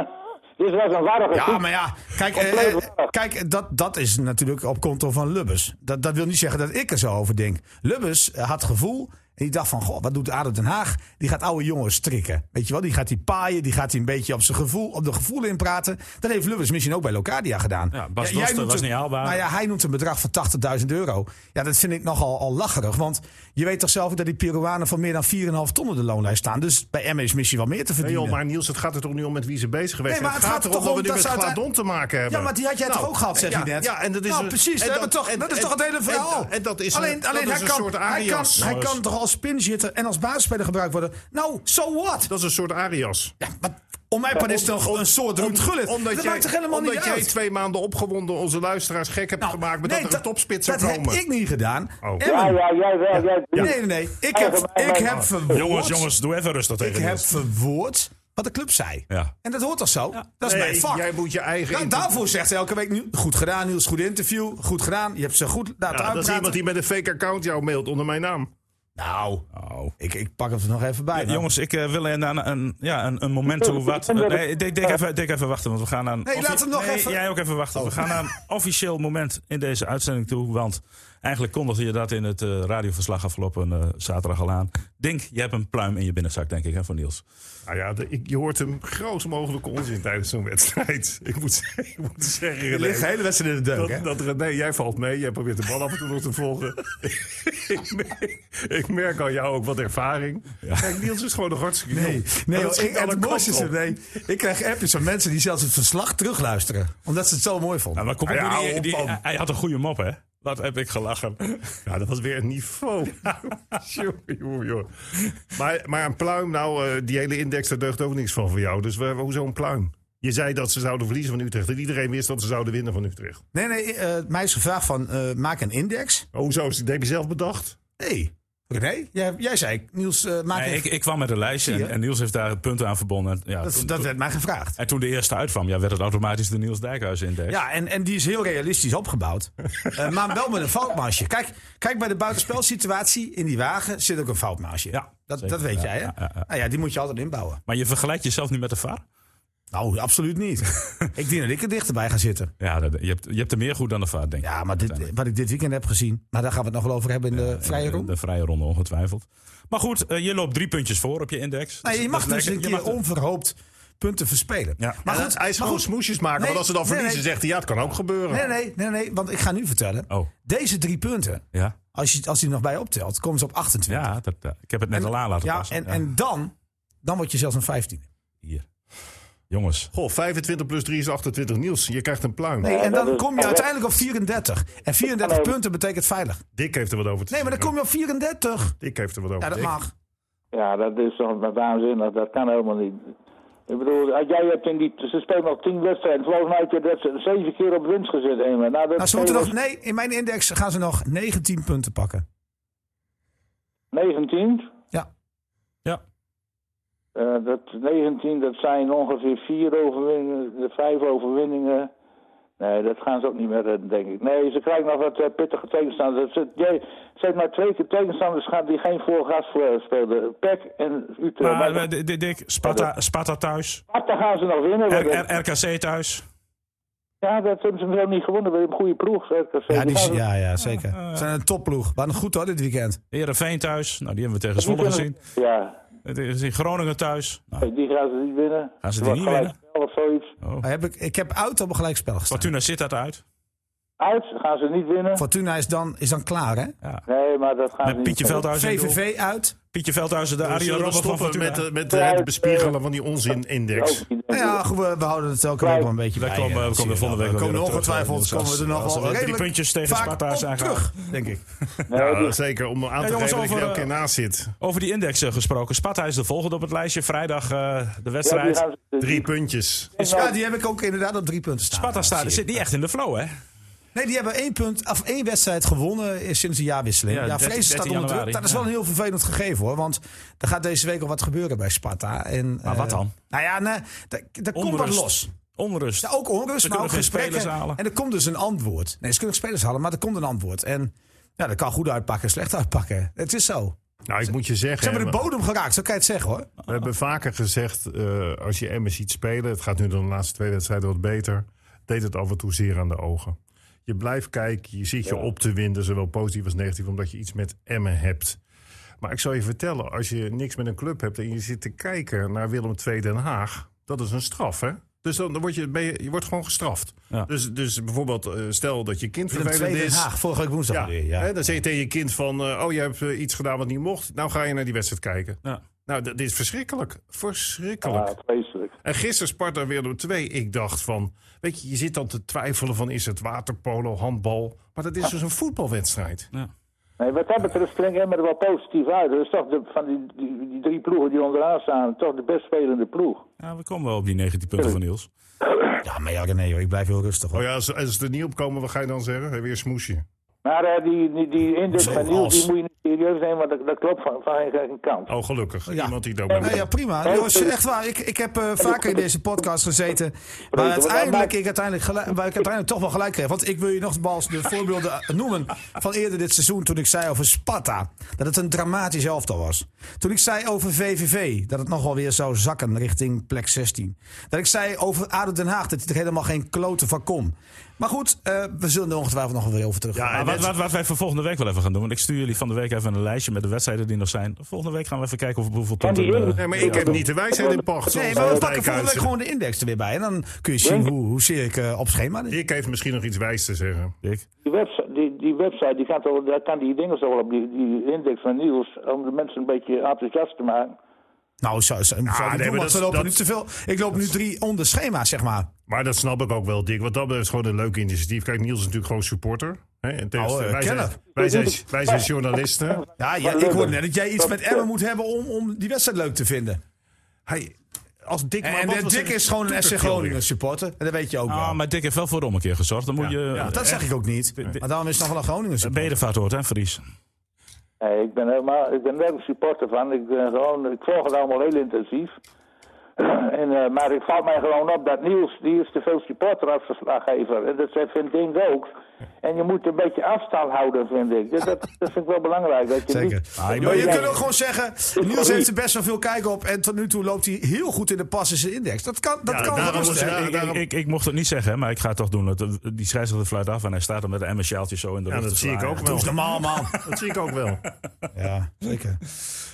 A: Dit was een warrige
D: Ja,
A: groep.
D: maar ja, kijk, eh, eh, kijk dat, dat is natuurlijk op konto van Lubbers. Dat, dat wil niet zeggen dat ik er zo over denk. Lubbers eh, had gevoel en die dacht van, goh, wat doet ADO Den Haag? Die gaat oude jongens strikken. Weet je wel, die gaat die paaien, die gaat die een beetje op, zijn gevoel, op de gevoelen inpraten. Dat heeft Lubbers misschien ook bij Locadia gedaan.
B: Ja, Bas
D: jij
B: Doster
D: noemt
B: was
D: een-
B: niet haalbaar.
D: Nou ja, hij noemt een bedrag van 80.000 euro. Ja, dat vind ik nogal al lacherig. Want je weet toch zelf ook dat die Peruanen van meer dan 4,5 ton op de loonlijst staan. Dus bij Emmen is misschien wel meer te
E: Nee,
D: verdienen.
E: joh, maar Niels, het gaat er toch niet om met wie ze bezig geweest
D: Nee, maar
E: zijn.
D: het gaat
E: erom
D: toch
E: dat we
D: om
E: nu
D: dat
E: met
D: ze uiteindelijk-
E: Gladon te maken hebben.
D: Ja, maar die had jij
E: Nou,
D: toch ook gehad, zeg
E: ja,
D: je net?
E: Ja, en dat is
D: nou,
E: een-
D: precies.
E: en
D: dat, hebben we toch,
E: en-
D: dat is
E: en-
D: toch het hele
E: en-
D: verhaal?
E: En, dat is
D: alleen,
E: een,
D: alleen
E: dat is
D: hij
E: een
D: kan,
E: soort
D: hij kan,
E: Arias.
D: hij
E: Nou,
D: kan toch als pinzitter en als basisspeler gebruikt worden? Nou, so what?
E: Dat is een soort Arias.
D: Ja, maar om mij part is toch een soort Ruud Gullit.
E: Omdat
D: dat
E: jij,
D: maakt toch helemaal
E: omdat
D: niet
E: jij
D: uit?
E: twee maanden opgewonden onze luisteraars gek hebt
D: Nou,
E: gemaakt... met
D: nee,
E: dat er een topspits zou
D: Dat
E: komen.
D: heb ik niet gedaan.
E: Oh.
D: Emmen.
A: Ja, ja, jij wel. Jij,
D: Nee, nee, nee. Ik heb,
A: Eigen- Oh.
D: ik
A: eigen-
D: heb verwoord.
B: Jongens, jongens, doe even rustig
D: Ik
B: tegen
D: heb
B: Niels.
D: verwoord wat de club zei.
B: Ja.
D: En dat hoort toch zo? Dat is
E: Nee,
D: mijn vak.
E: Jij moet je eigen...
D: Da-
E: inter-
D: Nou, daarvoor zegt hij elke week nu: goed gedaan, Niels, goed interview, goed gedaan. Je hebt ze goed laten
E: Ja, dat is
D: uitpraten.
E: iemand die met een fake account jou mailt onder mijn naam.
D: Nou,
B: Oh.
D: ik, ik pak het er nog even bij. nou.
B: Ja,
D: dan.
B: jongens, ik eh, wil een, een, een, ja, een, een momento wat. eh, Nee, denk, denk, even, denk even wachten, want we gaan aan.
D: Nee, laat hem nog
B: nee,
D: even- Oh.
B: Jij ook even wachten. We gaan aan een officieel moment in deze uitzending toe. Want eigenlijk kondigde je dat in het eh, radioverslag afgelopen eh, zaterdag al aan. Dink, je hebt een pluim in je binnenzak, denk ik, hè, van Niels.
E: Nou ja, de- ik- je hoort hem groot mogelijke onzin tijdens zo'n wedstrijd. Ik moet, zeggen- ik moet zeggen,
D: Je
E: René,
D: ligt de hele wedstrijd in de deuk, hè?
E: dat, dat René, jij valt mee. Jij probeert de bal af en toe nog te volgen. ik, merk, ik merk aan jou ook wat ervaring. Kijk, Niels is gewoon nog hartstikke jong.
D: Nee,
E: Maar
D: nee
E: dat
D: joh,
E: schiet
D: ik, en
E: alle
D: het mooiste is,
E: kanten op.
D: nee, ik krijg appjes van mensen die zelfs het verslag terugluisteren. Omdat ze het zo mooi vonden.
B: Nou, maar kom op,
E: Ja,
B: die-
E: hou op,
B: die-
E: man.
B: hij- hij had een goede mop, hè? Wat heb ik gelachen.
E: Ja, dat was weer een niveau. Jongen, jongen, jongen. Maar, maar een pluim, nou, eh, die hele index, daar deugt ook niks van voor jou. Dus waar- hoezo een pluim? Je zei dat ze zouden verliezen van Utrecht. En iedereen wist dat ze zouden winnen van Utrecht.
D: Nee, nee, eh, mij is gevraagd van, eh, maak een index.
E: Oh, hoezo? Dat heb je zelf bedacht?
D: Nee, René, jij, jij zei, Niels, eh, maak
B: Nee,
D: een...
B: ik, ik kwam met een lijstje en, en Niels heeft daar punten aan verbonden. En, Ja,
D: dat,
B: toen-
D: dat werd mij gevraagd.
B: en toen de eerste uitkwam, ja, werd het automatisch de Niels Dijkhuis-index.
D: Ja, en, en die is heel realistisch opgebouwd. Eh, maar wel met een foutmarge. Kijk, kijk, bij de buitenspelsituatie in die wagen zit ook een foutmarge.
B: Ja,
D: dat,
B: zeker.
D: dat weet jij, hè?
B: Ja, ja, ja.
D: Nou ja, die moet je altijd inbouwen.
B: Maar je vergelijkt jezelf nu met de VAR?
D: Nou, absoluut niet. ik denk dat ik er dichterbij ga zitten.
B: Ja, dat- je, hebt, je hebt er meer goed dan de vaart, denk ik.
D: Ja, maar dit, wat ik dit weekend heb gezien, maar daar gaan we het nog wel over hebben in de vrije
B: De,
D: ronde.
B: de vrije ronde, ongetwijfeld. Maar goed, eh, je loopt drie puntjes voor op je index.
D: Nee,
B: Dat
D: je
B: is-
D: mag
B: dat is
D: dus een
B: lekker.
D: keer
B: Je mag-
D: onverhoopt punten verspelen.
B: Ja.
D: Maar
E: Ja,
D: goed,
E: hij
D: maar
E: is gewoon
D: goed.
E: smoesjes maken.
D: Nee,
E: want als ze dan
D: nee,
E: verliezen,
D: nee.
E: zegt hij, ja, het kan ook gebeuren.
D: Nee, nee, nee, nee, want ik ga nu vertellen.
B: Oh.
D: Deze drie punten,
B: Ja,
D: als je, als je er nog bij optelt, komen ze op 28.
B: ja dat, dat- ik heb het net
D: En-
B: al aan laten
D: Ja,
B: passen.
D: en,
B: Ja.
D: en dan, dan word je zelfs een 15.
B: Hier. Jongens,
E: Goh, 25 plus 3 is 28. Niels, je krijgt een pluim.
D: Nee, en
A: dat
D: dan
A: is-
D: kom je uiteindelijk op 34. En 34
A: Hallo.
D: punten betekent veilig.
E: Dick heeft er wat over te
D: Nee, maar dan
E: zeggen.
D: kom je op 34.
E: Dick heeft er wat over
D: Ja,
E: te
D: dat
E: zeggen.
D: mag.
A: Ja, dat is toch waanzinnig. Dat kan helemaal niet. Ik bedoel, als jij hebt in die, ze spelen nog tien wedstrijden. Volgens mij heb je dat zeven keer op winst gezet, Emma. Nou, dat
D: Nou, ze moeten nog, nee, in mijn index gaan ze nog 19 punten pakken.
A: 19.
D: Ja.
B: ja.
A: Eh, dat 19, dat zijn ongeveer vier overwinningen, de vijf overwinningen. Nee, dat gaan ze ook niet meer redden, denk ik. Nee, ze krijgen nog wat eh, pittige tegenstanders. Het zit- Jij zet maar twee keer tegenstanders gehad die geen voorgas voor- speelden. PEC en Utrecht.
B: maar,
A: Maar,
B: eh, Dick, Dick, Sparta, Sparta thuis,
A: Sparta gaan ze nog winnen.
B: R-
A: want dat-
B: R- RKC thuis.
A: ja, dat hebben ze wel niet gewonnen. We hebben een goede ploeg. RKC.
D: Ja,
A: Die
D: die,
A: gaan
D: is-
A: ze-
D: ja, ja zeker. Ze zijn een topploeg. Waren goed hoor, dit weekend.
B: Heerenveen thuis, nou die hebben we tegen
A: die
B: Zwolle
A: kunnen-
B: gezien.
A: Ja,
B: Het is in Groningen thuis. Nou,
A: die gaan ze niet winnen.
B: Gaan ze
A: Het
B: die
A: wordt gelijk
B: niet winnen?
A: spel Of zoiets.
D: Maar Heb ik, ik heb uit op een gelijkspel gestaan.
B: Fortuna zit dat uit.
A: Uit gaan ze niet winnen.
D: Fortuna is dan, is dan klaar, hè?
A: Nee, maar dat gaan ze
B: Met
A: niet
B: Pietje
A: winnen.
B: Veldhuis in doel.
D: VVV uit.
B: Pietje Veldhuizen, de
E: We
B: Arjen
E: zullen
B: Robben van
E: stoppen
B: Fortuna.
E: met, eh, met eh, het bespiegelen van die onzin-index.
D: Nou ja, goed, we, we houden het elke week wel een beetje
B: Wij
D: bij.
B: komen-
D: eh,
B: we
D: dat
B: komen
D: zie je
B: volgende
D: wel.
B: week
D: We
B: wel
D: komen
B: weer
D: ongetwijfeld
B: terug, eh,
D: komen we er
B: als-
D: nog
B: als we
D: wel
B: drie
D: redelijk
B: puntjes tegen
D: vaak
B: Sparta
D: op
B: zijn
D: terug, denk ik.
B: Nou,
E: Ja, Eh, zeker. Om aan te
B: jongens,
E: geven dat je
B: over,
E: er elke keer
B: eh,
E: naast zit.
B: Over die indexen gesproken. Sparta is de volgende op het lijstje. Vrijdag eh, de wedstrijd.
A: dus
E: Drie puntjes.
D: Ja, die heb ik ook inderdaad op drie punten staan.
B: Sparta staat, zit niet echt in de flow, hè?
D: Nee, die hebben één, punt, of één wedstrijd gewonnen eh, sinds de jaarwisseling.
B: Ja,
D: Ja,
B: 13
D: Vrees staat onder
B: januari,
D: druk. Dat is wel
B: ja.
D: een heel vervelend gegeven hoor. Want er gaat deze week al wat gebeuren bij Sparta. En,
B: Maar
D: eh,
B: wat dan?
D: Nou ja, nee, daar- daar komt wat
B: Onrust.
D: los.
B: Onrust.
D: Ja, ook onrust,
B: Ze kunnen
D: maar ook
B: geen
D: gesprekken.
B: spelers halen.
D: En er komt dus een antwoord. Nee, ze kunnen spelers halen, maar er komt een antwoord. En ja, dat kan goed uitpakken, slecht uitpakken. Het is zo.
E: Nou, ik moet je
D: Ze
E: zeggen...
D: hebben de
E: hè,
D: bodem geraakt, zo kan je het zeggen hoor.
E: we hebben vaker gezegd, eh, als je Emmen ziet spelen... het gaat nu de laatste twee wedstrijden wat beter... deed het af en toe zeer aan de ogen. Je blijft kijken, je ziet je op te winden... zowel positief als negatief, omdat je iets met Emmen hebt. Maar ik zal je vertellen, als je niks met een club hebt... en je zit te kijken naar Willem II Den Haag... dat is een straf, hè? Dus dan word je, ben je, je wordt gewoon gestraft.
B: Ja.
E: Dus, dus bijvoorbeeld, eh, stel dat je kind
D: Willem
E: vervelend
D: II Den
E: is...
D: Haag, vorige week woensdag
E: Ja.
D: weer, ja.
E: Hè, dan zeg je tegen je kind van, eh, oh, je hebt eh, iets gedaan wat niet mocht. Nou ga je naar die wedstrijd kijken.
B: Ja.
E: Nou, dat is verschrikkelijk. Verschrikkelijk.
A: Ja, vreselijk.
E: En gisteren Sparta weer door twee. Ik dacht van, weet je, je zit dan te twijfelen van is het waterpolo, handbal. Maar dat is dus een voetbalwedstrijd.
A: Nee, wat dat betreft klinkt Emmer er wel positief uit. Dat is toch de, van die, die, die drie ploegen die onderaan staan, toch de best spelende ploeg.
B: Ja, we komen wel op die 19 punten van Niels.
D: Ja, maar ja, nee hoor, ik blijf heel rustig hoor.
E: Oh ja, als, als ze er niet op komen, wat ga je dan zeggen? Hey, Weer smoesje.
A: Maar eh, die, die, die index van Niels,
D: Zoals.
A: die moet je niet serieus nemen, want dat, dat klopt van, van geen, geen kant.
E: Oh, gelukkig.
D: Ja.
E: Iemand die het ook mee
D: Nee, ja,
E: doet.
D: prima. Jongens, echt waar. Ik, ik heb eh, vaker in deze podcast gezeten. Maar uiteindelijk, ik uiteindelijk, gelijk, waar ik uiteindelijk toch wel gelijk kreeg. Want ik wil je nogmaals de voorbeelden noemen van eerder dit seizoen. Toen ik zei over Sparta. Dat het een dramatisch elftal was. Toen ik zei over VVV. Dat het nogal weer zou zakken richting plek 16. Dat ik zei over ADO Den Haag. Dat het er helemaal geen kloten van kon. Maar goed, eh, we zullen er ongetwijfeld nog wel weer over terug.
E: Ja,
B: Maar
E: en
B: wat,
E: net-
B: wat, wat wij voor volgende week wel even gaan doen. Want ik stuur jullie van de week even een lijstje met de wedstrijden die nog zijn. Volgende week gaan we even kijken of we hoeveel punten...
A: die
B: eh,
A: in-
E: Nee, maar ik heb niet de wijsheid in pacht.
D: Nee,
E: zoals
D: maar we
E: Van
D: pakken
E: Dijk
D: volgende week
E: uitzet.
D: gewoon de index er weer bij. En dan kun je zien hoe, hoe zeer ik eh, op schema zit.
E: Ik heeft misschien nog iets wijs te zeggen.
B: Dick.
A: Die website, die, die, website die kan toch, daar kan die dingen zo wel op, die, die index van Niels, om de mensen een beetje enthousiast te maken.
D: Nou, zo, zo, zou ik
E: nee,
D: niet doen,
E: maar
D: want
E: dat-
D: we lopen
E: dat-
D: nu te veel. Ik loop nu drie onder schema, zeg maar.
E: Maar dat snap ik ook wel, Dick. Want dat is gewoon een leuk initiatief. Kijk, Niels is natuurlijk gewoon supporter. Hè? En tegen-
D: Nou, eh,
E: wij, zijn,
D: kenner.
E: wij, zijn, wij zijn journalisten.
D: Ja, ja ik hoor net dat jij iets met Emmen moet hebben om, om die wedstrijd leuk te vinden.
E: Hij, als Dick
D: En, en Dick is gewoon een FC Groningen supporter. En dat weet je ook
B: Ah,
D: wel.
B: maar Dick heeft wel voor de ommekeer gezorgd. Dan moet
E: Ja,
B: je... eh,
E: ja,
D: eh, dat zeg ik ook niet. Maar daarom is het nog wel een Groningen supporter.
B: Bedevaart hoort, hè, Fries?
A: Nee, ik ben helemaal, ik ben er ook supporter van. Ik ben gewoon, ik volg het allemaal heel intensief. en, eh, maar het valt mij gewoon op dat Niels, die is te veel supporter als verslaggever. En dat zei- vind ik ook. En je moet een beetje afstand houden, vind ik. Dus Dat, dat, dat vind ik wel belangrijk. Dat je
D: Zeker.
A: Niet, Ah.
D: Maar je kunt ook gewoon zeggen, Niels heeft er best wel veel kijk op. En tot nu toe loopt hij heel goed in de pas in zijn index. Dat kan, dat
E: Ja,
D: kan
E: daarom
D: gerust,
E: is-
D: hè.
E: ja,
B: Ik, ik,
E: daarom-
B: ik, ik mocht het niet zeggen, maar ik ga het toch doen. Dat- Die scheidsrechter fluit af en hij staat er met een sjaaltje zo in de
E: Ja,
B: lucht
E: dat
B: te
E: zie ik
B: zwaaien.
E: ook
D: Doe
E: wel.
D: eens normaal, man.
E: Dat zie ik ook wel.
D: Ja, zeker.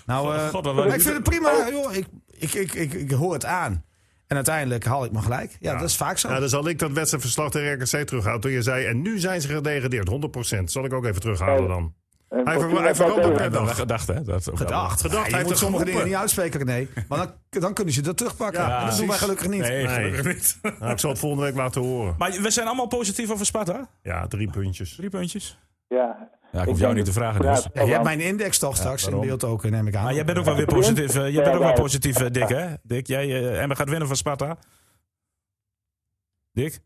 D: Nou, eh,
B: God, wat leuk.
D: ik vind het prima. Joh. Ik, ik, ik, ik, ik hoor het aan. En uiteindelijk haal ik me gelijk. Ja, dat is vaak zo.
E: Ja, dan zal ik dat wedstrijdverslag tegen RKC terughouden. Toen je zei, en nu zijn ze gedegradeerd, 100%. Zal ik ook even terughalen dan.
A: en
E: Hij ver-
A: Fortuna
E: hij verandert
A: Barcelona.
E: per
B: Dat
E: dag.
B: gedacht, hè? Dat ook wel.
D: gedacht.
E: Gedacht,
D: Ja,
E: hij
D: je moet
E: heeft
D: sommige
E: het
D: dingen
E: geroepen.
D: niet uitspreken, nee. Maar dan, dan kunnen ze dat terugpakken.
E: Ja,
D: En dat doen wij
E: precies.
D: gelukkig niet.
B: Nee,
E: Nee.
B: gelukkig niet.
E: Nou, ik zal het volgende week laten horen.
B: Maar we zijn allemaal positief over Sparta.
E: Ja, drie puntjes.
B: Drie puntjes.
A: Ja.
B: Ja, ik hoef
A: Ik
B: jou
A: denk
B: niet te
A: dat-
B: vragen,
A: ja,
B: Niels.
A: het
D: Ja,
A: zal
D: je hebt
A: wel.
D: mijn index toch straks in beeld ook, eh, neem ik aan.
B: Maar jij bent ook wel weer
A: Ja.
B: positief. eh, jij bent ook wel
A: Ja, ja.
B: positief, eh, Dick, hè? Dick, jij eh, Emma gaat winnen van Sparta. Dick?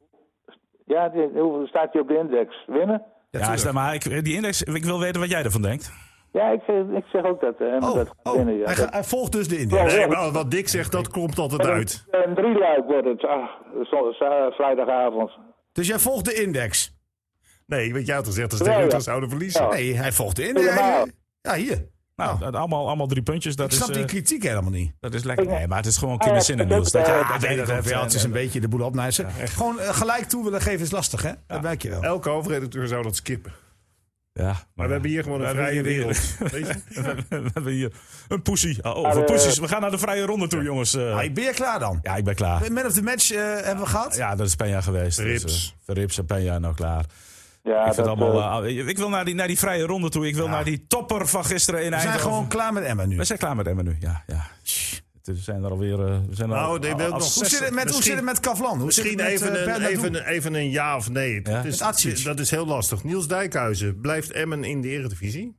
A: Ja, die- hoeveel staat hij op de index? Winnen?
B: Ja, is dat- maar ik, eh, die index, ik wil weten wat jij ervan denkt.
A: Ja, ik, zeg- ik zeg ook dat. eh,
D: Oh,
A: dat gaat
D: oh,
A: winnen, ja.
D: hij,
A: Dat-
D: ga- hij volgt dus de index.
A: Ja.
E: Nee, maar Nou, wat Dick zegt, dat klopt altijd uit.
A: Een drieluik wordt het. Ah, zo- zo- vrijdagavond.
D: Dus jij volgt de index.
E: Nee, want jij had gezegd, dat ze
A: Ja,
E: tegen
A: ja.
E: Utrecht zouden verliezen.
A: Ja.
D: Nee, hij volgt de index.
A: Helemaal.
D: Ja, hier.
B: Nou, dat- allemaal, allemaal drie puntjes. Dat,
D: Ik snap
B: is,
D: die
B: eh,
D: kritiek helemaal niet.
B: dat is lekker. Nee, maar het is gewoon
A: ja,
B: kinderzinnen,
A: dat-
B: Niels. Dat jij
A: ja,
B: dat
D: Dat
B: jij
D: weet ik
B: dat
D: ook wel.
B: hebt,
D: Het
B: eh,
D: is een beetje de boel opnijzen. Gewoon eh, gelijk toe willen geven is lastig, hè? Dat merk je wel.
E: Elke hoofdredacteur zou dat skippen.
B: Ja, maar,
E: Maar we hebben hier gewoon een
B: We
E: vrije
B: hebben hier-
E: wereld. Weet je?
B: we hebben hier een poesie. Oh,
A: Ah, eh,
B: over poesies. We gaan naar de vrije ronde toe, jongens. eh.
D: Nou, ben je klaar dan?
B: ja, ik ben klaar.
D: Man of the match eh, hebben we gehad.
B: Ja, dat is Penja geweest.
E: Rips.
B: Dus, eh, Rips en Penja nou klaar.
A: Ja,
B: ik, vind
A: dat,
B: het allemaal, eh, ik wil naar die, naar die vrije ronde toe. Ik wil naar die topper van gisteren in
D: We zijn
B: Eindhoven.
D: gewoon klaar met Emma nu.
B: We zijn klaar met Emmen nu. Ja, ja. Het is- We zijn er alweer... eh, We zijn er
E: Nou,
B: al-
E: die
B: al-
E: wil ik
B: al
E: nog-
D: Hoe zit, het met, hoe
E: Misschien-
D: zit het met Kavlan? Hoe zit het
E: Misschien
D: met eh,
E: even, een,
D: Bernardo?
E: even, een- even een ja of nee.
B: Ja.
E: Dat,
D: Met Atsic.
E: is, dat is heel lastig. Niels Dijkhuizen, blijft Emmen in de Eredivisie?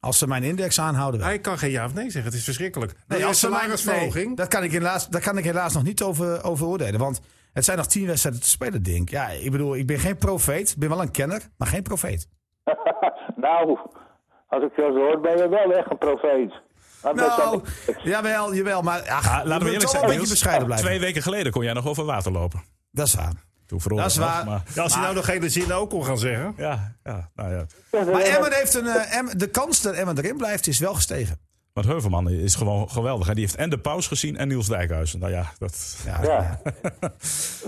D: Als ze mijn index aanhouden. wel.
E: Hij kan geen ja of nee zeggen. Het is verschrikkelijk. Nee,
D: Nee,
E: als
D: als ze mijn-
E: salarisverhoging.
D: nee, daar, kan ik helaas, daar kan ik helaas nog niet over, over oordelen. Want het zijn nog tien wedstrijden te spelen, denk ik. Ja, ik bedoel, ik ben geen profeet. Ik ben wel een kenner, maar geen profeet. eh,
A: nou, als ik jou zo hoor, ben je wel echt een profeet. Maar dat
D: Nou,
A: kan-
D: jawel, jawel. Maar ach,
B: Ah, laten we
D: moet
B: eerlijk
D: toch
B: zijn,
D: wel een
B: Niels.
D: beetje bescheiden blijven.
B: Twee weken geleden kon jij nog over water lopen.
D: Dat is waar.
B: Toen verloren
D: Dat is
B: we nog,
D: waar.
B: Maar,
E: Ja, als hij nou nog hele zin ook kon gaan zeggen.
B: ja, ja, nou ja.
D: Maar Emmen heeft een, eh, Emmen- de kans dat Emmen erin blijft is wel gestegen.
B: Want Heuvelman is gewoon geweldig. En die heeft en de paus gezien en Niels Dijkhuizen. Nou ja, dat...
D: Ja,
A: Ja.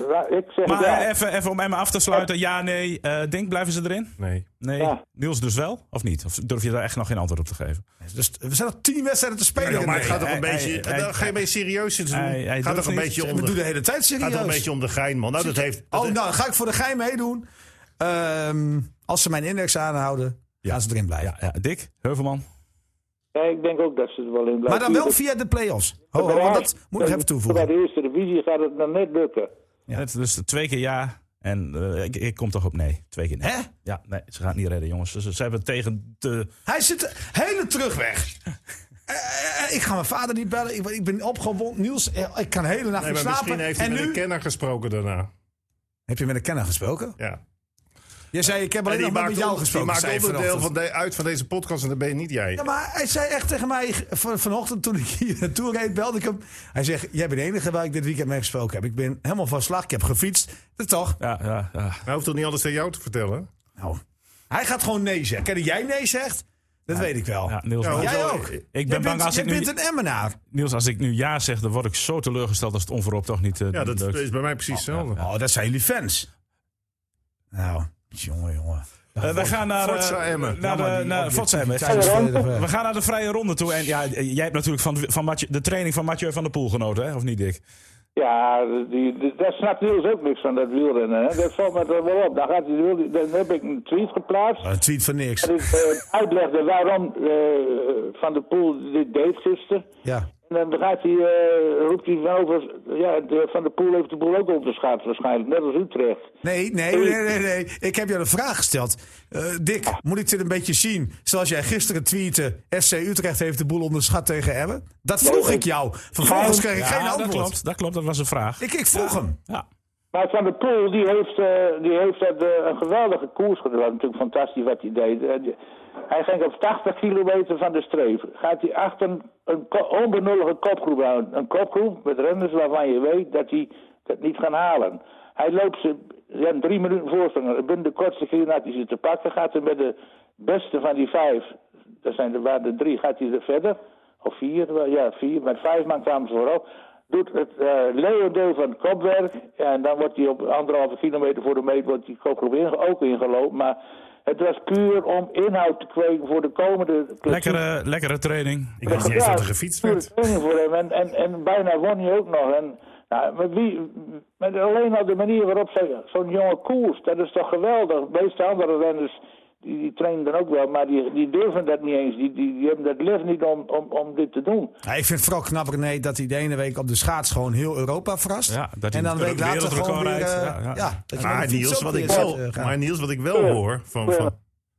A: Ja, ik zeg
B: Maar
A: ja.
B: eh, even, even om Emma af te sluiten. Ja, nee. eh Denk, blijven ze erin?
E: Nee.
B: Nee.
A: Ja.
B: Niels dus wel? Of niet? Of durf je daar echt nog geen antwoord op te geven?
D: Dus we zijn nog tien wedstrijden te spelen.
E: maar het
D: Nee,
E: gaat toch een
B: hij-
E: beetje.
B: hij-
E: dan ga je een beetje serieus in doen.
B: hij- hij
E: gaat
B: doet
E: toch een
B: niet.
E: beetje
D: Ik
E: om
D: bedoel de
E: de,
D: hele tijd
E: gaat toch een
D: serieus.
E: beetje om de gein, man. Nou, dat heeft. dat
D: Oh,
E: is-
D: nou, dan ga ik voor de gein meedoen. Ehm, als ze mijn index aanhouden, gaan ze erin blijven.
B: Ja, ja. Dick, Heuvelman.
A: Ja, ik denk ook dat ze er wel in blijven.
D: Maar dan wel via de play-offs. Ho, ho, want dat moet ik nog even
A: Bij
D: toevoegen.
A: de eerste divisie gaat het nog net lukken.
B: Het- Dus twee keer ja. En eh, ik, ik kom toch op nee. Twee keer nee.
D: Hè?
B: Ja, nee. Ze gaan het niet redden, jongens. Ze, ze hebben het tegen de...
D: Hij zit hele terugweg. Eh, eh, eh, ik ga mijn vader niet bellen. Ik, ik ben opgewonden. Niels, eh, ik kan de hele nacht
E: Nee,
D: niet
E: maar misschien
D: slapen.
E: heeft hij
D: en
E: met
D: nu
E: een kenner gesproken daarna.
D: heb je met een kenner gesproken.
E: Ja.
D: Jij zei, ik heb alleen
E: En die
D: nog maar met
E: maakt,
D: jou
E: on- die
D: gesproken.
E: maakt
D: zei je
E: onderdeel
D: vanochtend.
E: van de, uit van deze podcast en dat ben je niet jij.
D: Ja, maar hij zei echt tegen mij van, vanochtend toen ik hier naartoe reed, belde ik hem. Hij zegt, jij bent de enige waar ik dit weekend mee gesproken heb. Ik ben helemaal van slag, ik heb gefietst. Dat toch?
B: Ja, ja, ja.
E: Hij hoeft toch niet alles aan jou te vertellen?
D: Nou, hij gaat gewoon nee zeggen. En dat jij nee zegt, dat weet ik wel. Nou,
B: Ja, Niels,
E: Ja,
B: maar-
D: Jij
E: hoezo?
D: ook.
E: Ik
D: Jij
B: ben
D: bent-
B: bang als ik
D: jij
B: nu-
D: bent een Emmenaar.
B: Niels, als ik nu ja zeg, dan word ik zo teleurgesteld als het onverhoopt toch niet eh,
E: Ja, dat
B: lukt.
E: is bij mij precies hetzelfde.
D: Oh, dat zijn jullie fans. Nou, jongen, jongen.
B: Eh, we gaan naar... eh,
E: Forza Emmen.
B: Naar
D: Ja, maar
B: de,
D: die
B: naar Forza Emmen.
D: objectiviteit is volledig weg.
B: We gaan naar de vrije ronde toe. En ja, eh, jij hebt natuurlijk van, van Mathieu- de training van Mathieu van der Poel genoten, hè? Of niet, Dick?
A: Ja, die, die- daar snapt Niels ook niks van, dat wielrennen. Hè. Dat valt me toch wel op. Dan, gaat die, wiel- dan heb ik een tweet geplaatst.
D: Een tweet van niks.
A: Dat ik eh, uitlegde waarom eh, Van der Poel dit deed gisteren.
D: Ja.
A: En dan gaat hij, eh, roept hij van over... Ja, de- Van der Poel heeft de boel ook onderschaat waarschijnlijk. Net als Utrecht.
D: Nee, nee, nee, nee, nee. Ik heb jou de vraag gesteld. Eh,
B: Ah.
D: Dick, moet ik dit een beetje zien? Zoals jij gisteren tweette, FC Utrecht heeft de boel onderschat tegen Emmen. Dat vroeg ik jou. Vervolgens kreeg ik
B: Ja,
D: geen
B: Dat
D: antwoord.
B: klopt, dat klopt, dat was een vraag.
D: Ik, ik vroeg hem.
B: Ja.
A: Maar Van der Poel, die heeft, eh, die heeft dat, eh, een geweldige koers gedaan. Natuurlijk fantastisch wat hij deed. Eh, die- hij ging op 80 kilometer van de streep. Gaat hij achter een, een ko- onbenullige kopgroep aan. Een kopgroep met renners waarvan je weet dat die dat niet gaan halen. Hij loopt ze, ze hebben drie minuten voorsprong. Binnen de kortste keer had hij ze te pakken. Gaat hij met de beste van die vijf, dat zijn er waren er drie, gaat hij er verder. Of vier, wel, ja vier, met vijf man kwamen ze vooral doet het eh leeuwendeel van het kopwerk. En dan wordt hij op anderhalve kilometer voor de meet wordt die kopgroep inge- ook ingelopen. Maar het was puur om inhoud te kweken voor de komende...
B: Lekkere, lekkere training.
E: eh, Ik wist niet eens dat er gefietst
A: pure
E: werd.
A: training voor hem. En, en, en bijna won hij ook nog. En, nou, maar wie, met alleen al de manier waarop zij- zo'n jonge koers, dat is toch geweldig. De meeste andere renners, die, die trainen dan ook wel, maar die, die durven dat niet eens. Die, die, die hebben dat lef niet om, om, om dit te doen.
D: Ja, ik vind het vooral knap, René, dat hij de ene week op de schaats gewoon heel Europa verrast.
B: Ja, dat hij
D: en dan een
B: het
D: week later gewoon weer...
B: wereldrecord
D: eh,
B: rijdt. Ja,
D: ja,
B: ja.
D: dat je met de
E: Maar
D: fiets
E: Niels,
D: ook
E: wat
D: weer
E: ik
D: gaat,
E: wel,
B: Oh,
D: eh, gaan.
E: maar Niels, wat ik wel hoor van, van,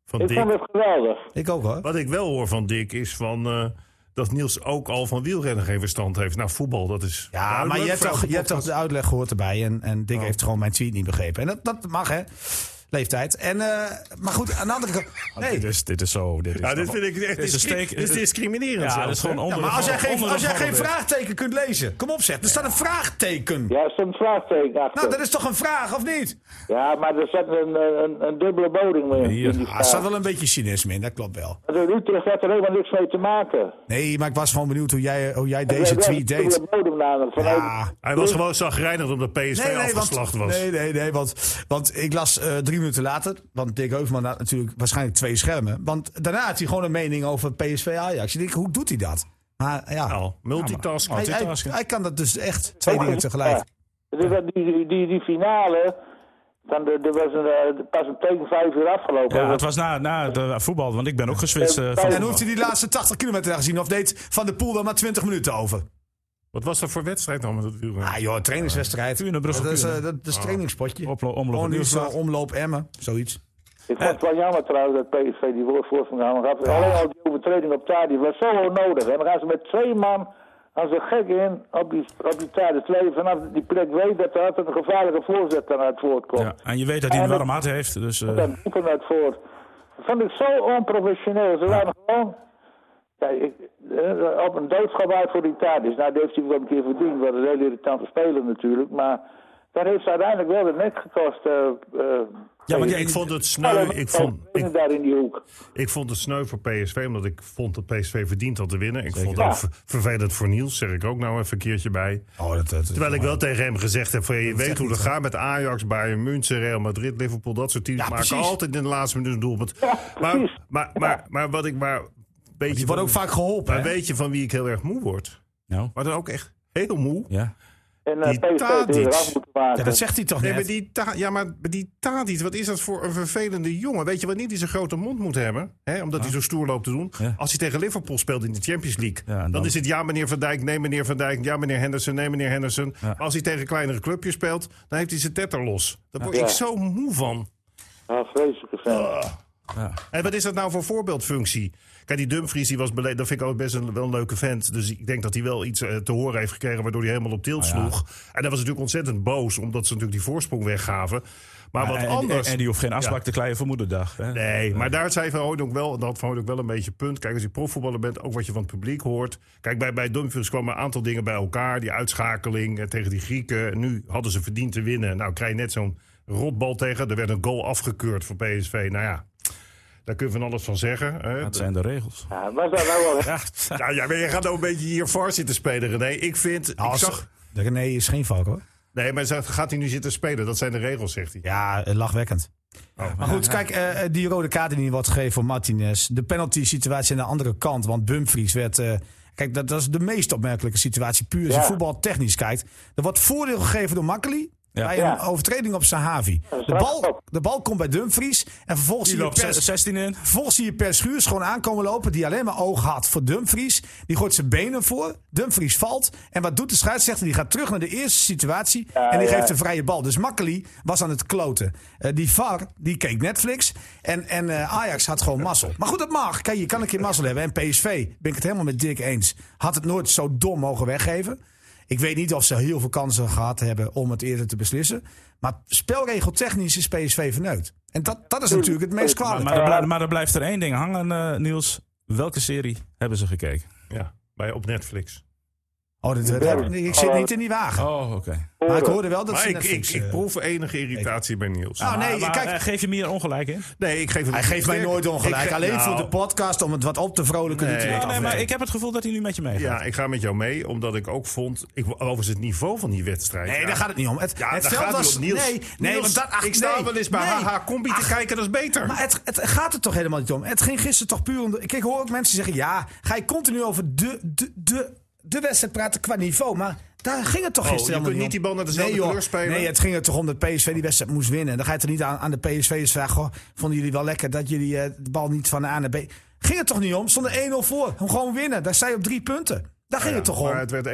E: van
A: Ik
E: Dick.
A: vond het geweldig.
D: Ik ook hoor.
E: Wat ik wel hoor van Dick is van, eh, dat Niels ook al van wielrennen geen verstand heeft. Nou, voetbal, dat is.
D: Ja, maar je hebt, toch, je hebt toch de uitleg gehoord erbij. En, en
B: Oh.
D: Dick heeft gewoon mijn tweet niet begrepen. En dat, dat mag, hè? Leeftijd. En, eh, maar goed, aan de andere kant. Nee,
B: Dit, is, dit is zo. Dit is
E: Ja, dit vind ik echt
B: Dit is een steek.
E: dit is discriminerend.
B: ja,
E: zelfs,
B: dat is
E: hè?
B: gewoon
D: ja,
B: onder
D: maar
B: de
D: als jij,
B: vorm-
D: geen,
B: onder de
D: als jij
B: vorm-
D: geen vraagteken kunt lezen, kom op zeg. Er staat een vraagteken.
A: Ja, er stond een vraagteken achter.
D: Nou, dat is toch een vraag, of niet?
A: Ja, maar er zat een, een, een dubbele bodem in.
B: Hier.
A: in die
D: Ah, er staat
A: vraag.
D: wel een beetje cynisme in, dat klopt wel.
A: Want in Utrecht had er helemaal niks mee te maken.
D: Nee, maar ik was gewoon benieuwd hoe jij, hoe jij deze tweet
A: Een
D: deed.
A: dubbele bodem namelijk. Vanuit,
D: Ja.
E: Hij was gewoon zagrijnigd omdat PSV afgeslacht
D: want,
E: was.
D: Nee, nee, nee. Want, want ik las eh, drie minuten later. Want Dick Heuvelman had natuurlijk waarschijnlijk twee schermen. Want daarna had hij gewoon een mening over PSV Ajax. Ik denk, hoe doet hij dat? Maar ja,
E: Nou, multitask.
D: hij, hij,
B: multitasken.
D: hij kan dat dus echt twee dingen tegelijk.
A: Ja. Dus dat die, die, die finale, Dan, er er was een, eh, pas een teken vijf uur afgelopen.
B: Ja, het was na, na de voetbal, want ik ben ook geswitst. eh,
A: En
B: van
A: hoe
D: En
B: voetbal.
D: hoeft hij die laatste 80 kilometer daar gezien? Of deed Van der Poel dan maar 20 minuten over?
E: Wat was dat voor wedstrijd dan met het wielrennen?
D: Ah joh, trainingswedstrijd.
B: Kuurne, Brussel,
D: dat is, eh,
B: Kuurne.
D: dat is trainingspotje.
B: Oplo- omloop-
D: Gewoon nu zo
B: Nieuwsblad.
D: omloop Emmen, zoiets.
A: Ik vond het wel jammer trouwens dat PSV die woord voorsprong aan had. Alleen al die overtreding op Tadic was zo onnodig. En dan gaan ze met twee man gaan ze gek in op die, op die Tadic. Terwijl je vanaf die plek weet dat er altijd een gevaarlijke voorzet dan uit voortkomt.
B: Ja, en je weet dat hij een warm hart heeft. Dus, eh,
A: Dat doet er net voor. Dat vond ik zo onprofessioneel. Ze waren gewoon kijk, ik, eh, op een doodschap uit voor die Tadis. Nou, die heeft hij wel een keer verdiend. Wat een hele irritante speler natuurlijk. Maar dat heeft ze uiteindelijk wel de nek gekost. eh, eh,
E: ja, want
A: PSV.
E: ik vond het
D: nou,
E: sneu. Ik vond, ik,
A: daar in die hoek.
E: ik vond het sneu voor PSV, omdat ik vond dat PSV verdiend had te winnen. Ik vond het
A: Ja.
E: ook ver- vervelend voor Niels, zeg ik ook nou even een keertje bij.
D: Oh, dat, dat,
E: Terwijl ik wel tegen hem gezegd heb: van, je weet
D: zegt
E: hoe dat
D: niet, hè?
E: gaat met Ajax, Bayern München, Real Madrid, Liverpool, dat soort teams
D: Ja,
E: maken
D: precies.
E: altijd in de laatste minuut een doelpunt.
A: Ja,
E: maar,
A: precies.
E: maar, maar, maar wat ik maar. Weet je,
D: Die wordt ook vaak geholpen.
E: maar
D: hè?
E: weet je van wie ik heel erg moe word?
B: nou,
E: Maar dan ook echt heel moe.
B: ja.
A: En eh,
E: Die
A: PSV
E: Tadic.
A: die eraf moeten maken.
D: Ja, dat zegt hij toch
E: Nee, maar
D: net?
E: die, ta ja, maar die Tadic, wat is dat voor een vervelende jongen? Weet je wat niet die zijn grote mond moet hebben? Hè? Omdat hij zo stoer loopt te doen.
B: Ja.
E: Als hij tegen Liverpool speelt in de Champions League.
B: Ja, en
E: dan,
B: dan-
E: is het ja meneer Van Dijk, nee meneer Van Dijk. Ja meneer Henderson, nee meneer Henderson. Maar Als hij tegen kleinere clubjes speelt, dan heeft hij zijn tetter los. Daar word
A: Ja.
E: ik zo moe van.
A: Ah, vreselijke vent.
D: Oh.
E: En wat is dat nou voor voorbeeldfunctie? Kijk, die Dumfries die was beleefd. Dat vind ik ook best een, wel een leuke vent. Dus ik denk dat hij wel iets eh, te horen heeft gekregen. waardoor hij helemaal op
B: Ah,
E: tilt sloeg. En dat was natuurlijk ontzettend boos. omdat ze natuurlijk die voorsprong weggaven. Maar wat
B: en, en-
E: anders.
B: en die hoeft geen afspraak
E: Ja.
B: te kleien voor moederdag. Hè?
E: Nee, maar daar zei Van Hooydonk wel, dat had Van Hooydonk wel een beetje punt. Kijk, als je profvoetballer bent, ook wat je van het publiek hoort. Kijk, bij, bij Dumfries kwamen een aantal dingen bij elkaar. Die uitschakeling eh, tegen die Grieken. Nu hadden ze verdiend te winnen. Nou, krijg je net zo'n rotbal tegen. Er werd een goal afgekeurd voor PSV. Nou ja, daar kun je van alles van zeggen. Hè?
B: Dat zijn de regels.
A: Ja, was dat nou wel...
B: Ja,
E: Nou ja, maar je gaat ook een beetje hier voor zitten spelen, René. Ik vind... ik
D: Als-
E: zag,
D: De René is geen valk hoor.
E: nee, maar zegt, gaat hij nu zitten spelen? Dat zijn de regels, zegt hij.
D: Ja, eh, lachwekkend.
B: Oh.
D: maar goed, kijk, eh, eh, die rode kaart die wordt gegeven voor Martinez. De penalty situatie aan de andere kant. Want Bumfries werd... eh, kijk, dat, dat is de meest opmerkelijke situatie. Puur als je
A: Ja.
D: voetbaltechnisch kijkt. Er wordt voordeel gegeven door Makkeli.
B: Ja.
D: Bij
A: Ja.
D: een overtreding op Sahavi. De bal, de bal komt bij Dumfries. En vervolgens
B: Die
D: zie je
B: loopt
D: pers-
B: 16 in.
D: Vervolgens zie je Per Schuurs gewoon aankomen lopen. Die alleen maar oog had voor Dumfries. Die gooit zijn benen voor. Dumfries valt. En wat doet de scheidsrechter? Die gaat terug naar de eerste situatie.
A: Ja,
D: en die
A: ja.
D: geeft een vrije bal. Dus Makkeli was aan het kloten. Eh, die VAR, die keek Netflix. En, en eh, Ajax had gewoon mazzel. Maar goed, dat mag. Kijk, je kan een keer mazzel hebben. En PSV, ben ik het helemaal met Dirk eens. Had het nooit zo dom mogen weggeven. Ik weet niet of ze heel veel kansen gehad hebben om het eerder te beslissen. Maar spelregeltechnisch is PSV verneukt. En dat, dat is natuurlijk het meest kwalijke.
B: Maar, er blij- maar er blijft er één ding hangen, eh, Niels. Welke serie hebben ze gekeken?
E: Ja, bij, op Netflix.
D: Oh, dat, dat-
A: Berg.
D: ik zit niet in die wagen.
B: Oh, oké.
D: Maar ik hoorde wel dat
E: Maar
D: ze
E: ik, ik,
D: Netflix,
E: ik
D: eh,
E: proef enige irritatie bij Niels.
D: Nou, nee,
B: Maar- maar,
D: kijk-
B: eh, geef je me hier ongelijk in?
E: Nee, ik geef hem
D: Hij geeft mij
E: sterk-
D: nooit
E: ik
D: ongelijk.
E: ge-
D: Alleen voor
E: Nou,
D: de podcast om het wat op te vrolijken. doet hij
E: Nee,
D: dat
B: Ja, nee,
D: af en
B: maar
D: toe.
B: ik heb het gevoel dat hij nu met je meegaat.
E: Ja, ik ga met jou mee, omdat ik ook vond... Ik, overigens het niveau van die wedstrijd.
D: Nee,
E: ja.
D: daar gaat het niet om. Het,
E: Ja,
D: het
E: daar
D: veld
E: gaat het
D: was...
E: om, Niels.
D: Nee, nee
E: Niels,
D: want dat, ach,
E: ik sta
D: nee,
E: wel eens bij
D: nee.
E: HH Combi te
D: Ach,
E: kijken, dat is beter.
D: Maar het, het gaat er toch helemaal niet om. Het ging gisteren toch puur om... De, ik hoor ook mensen zeggen... Ja, ga je continu over de, de, de, de wedstrijd praten qua niveau. Maar daar ging het toch
E: Oh,
D: gisteren helemaal
E: je kunt niet
D: om.
E: die bal naar dezelfde
D: nee, joh.
E: kleur spelen?
D: Nee, het ging er toch om dat PSV die wedstrijd moest winnen. En dan ga je toch niet aan, aan de PSV'ers vragen... Goh, vonden jullie wel lekker dat jullie eh, de bal niet van A naar B... Ging het toch niet om? Stonden 1-0 voor. Gewoon winnen. Daar sta je op drie punten. Daar ging
E: Ja,
D: het toch om.
E: Maar het werd 1-1.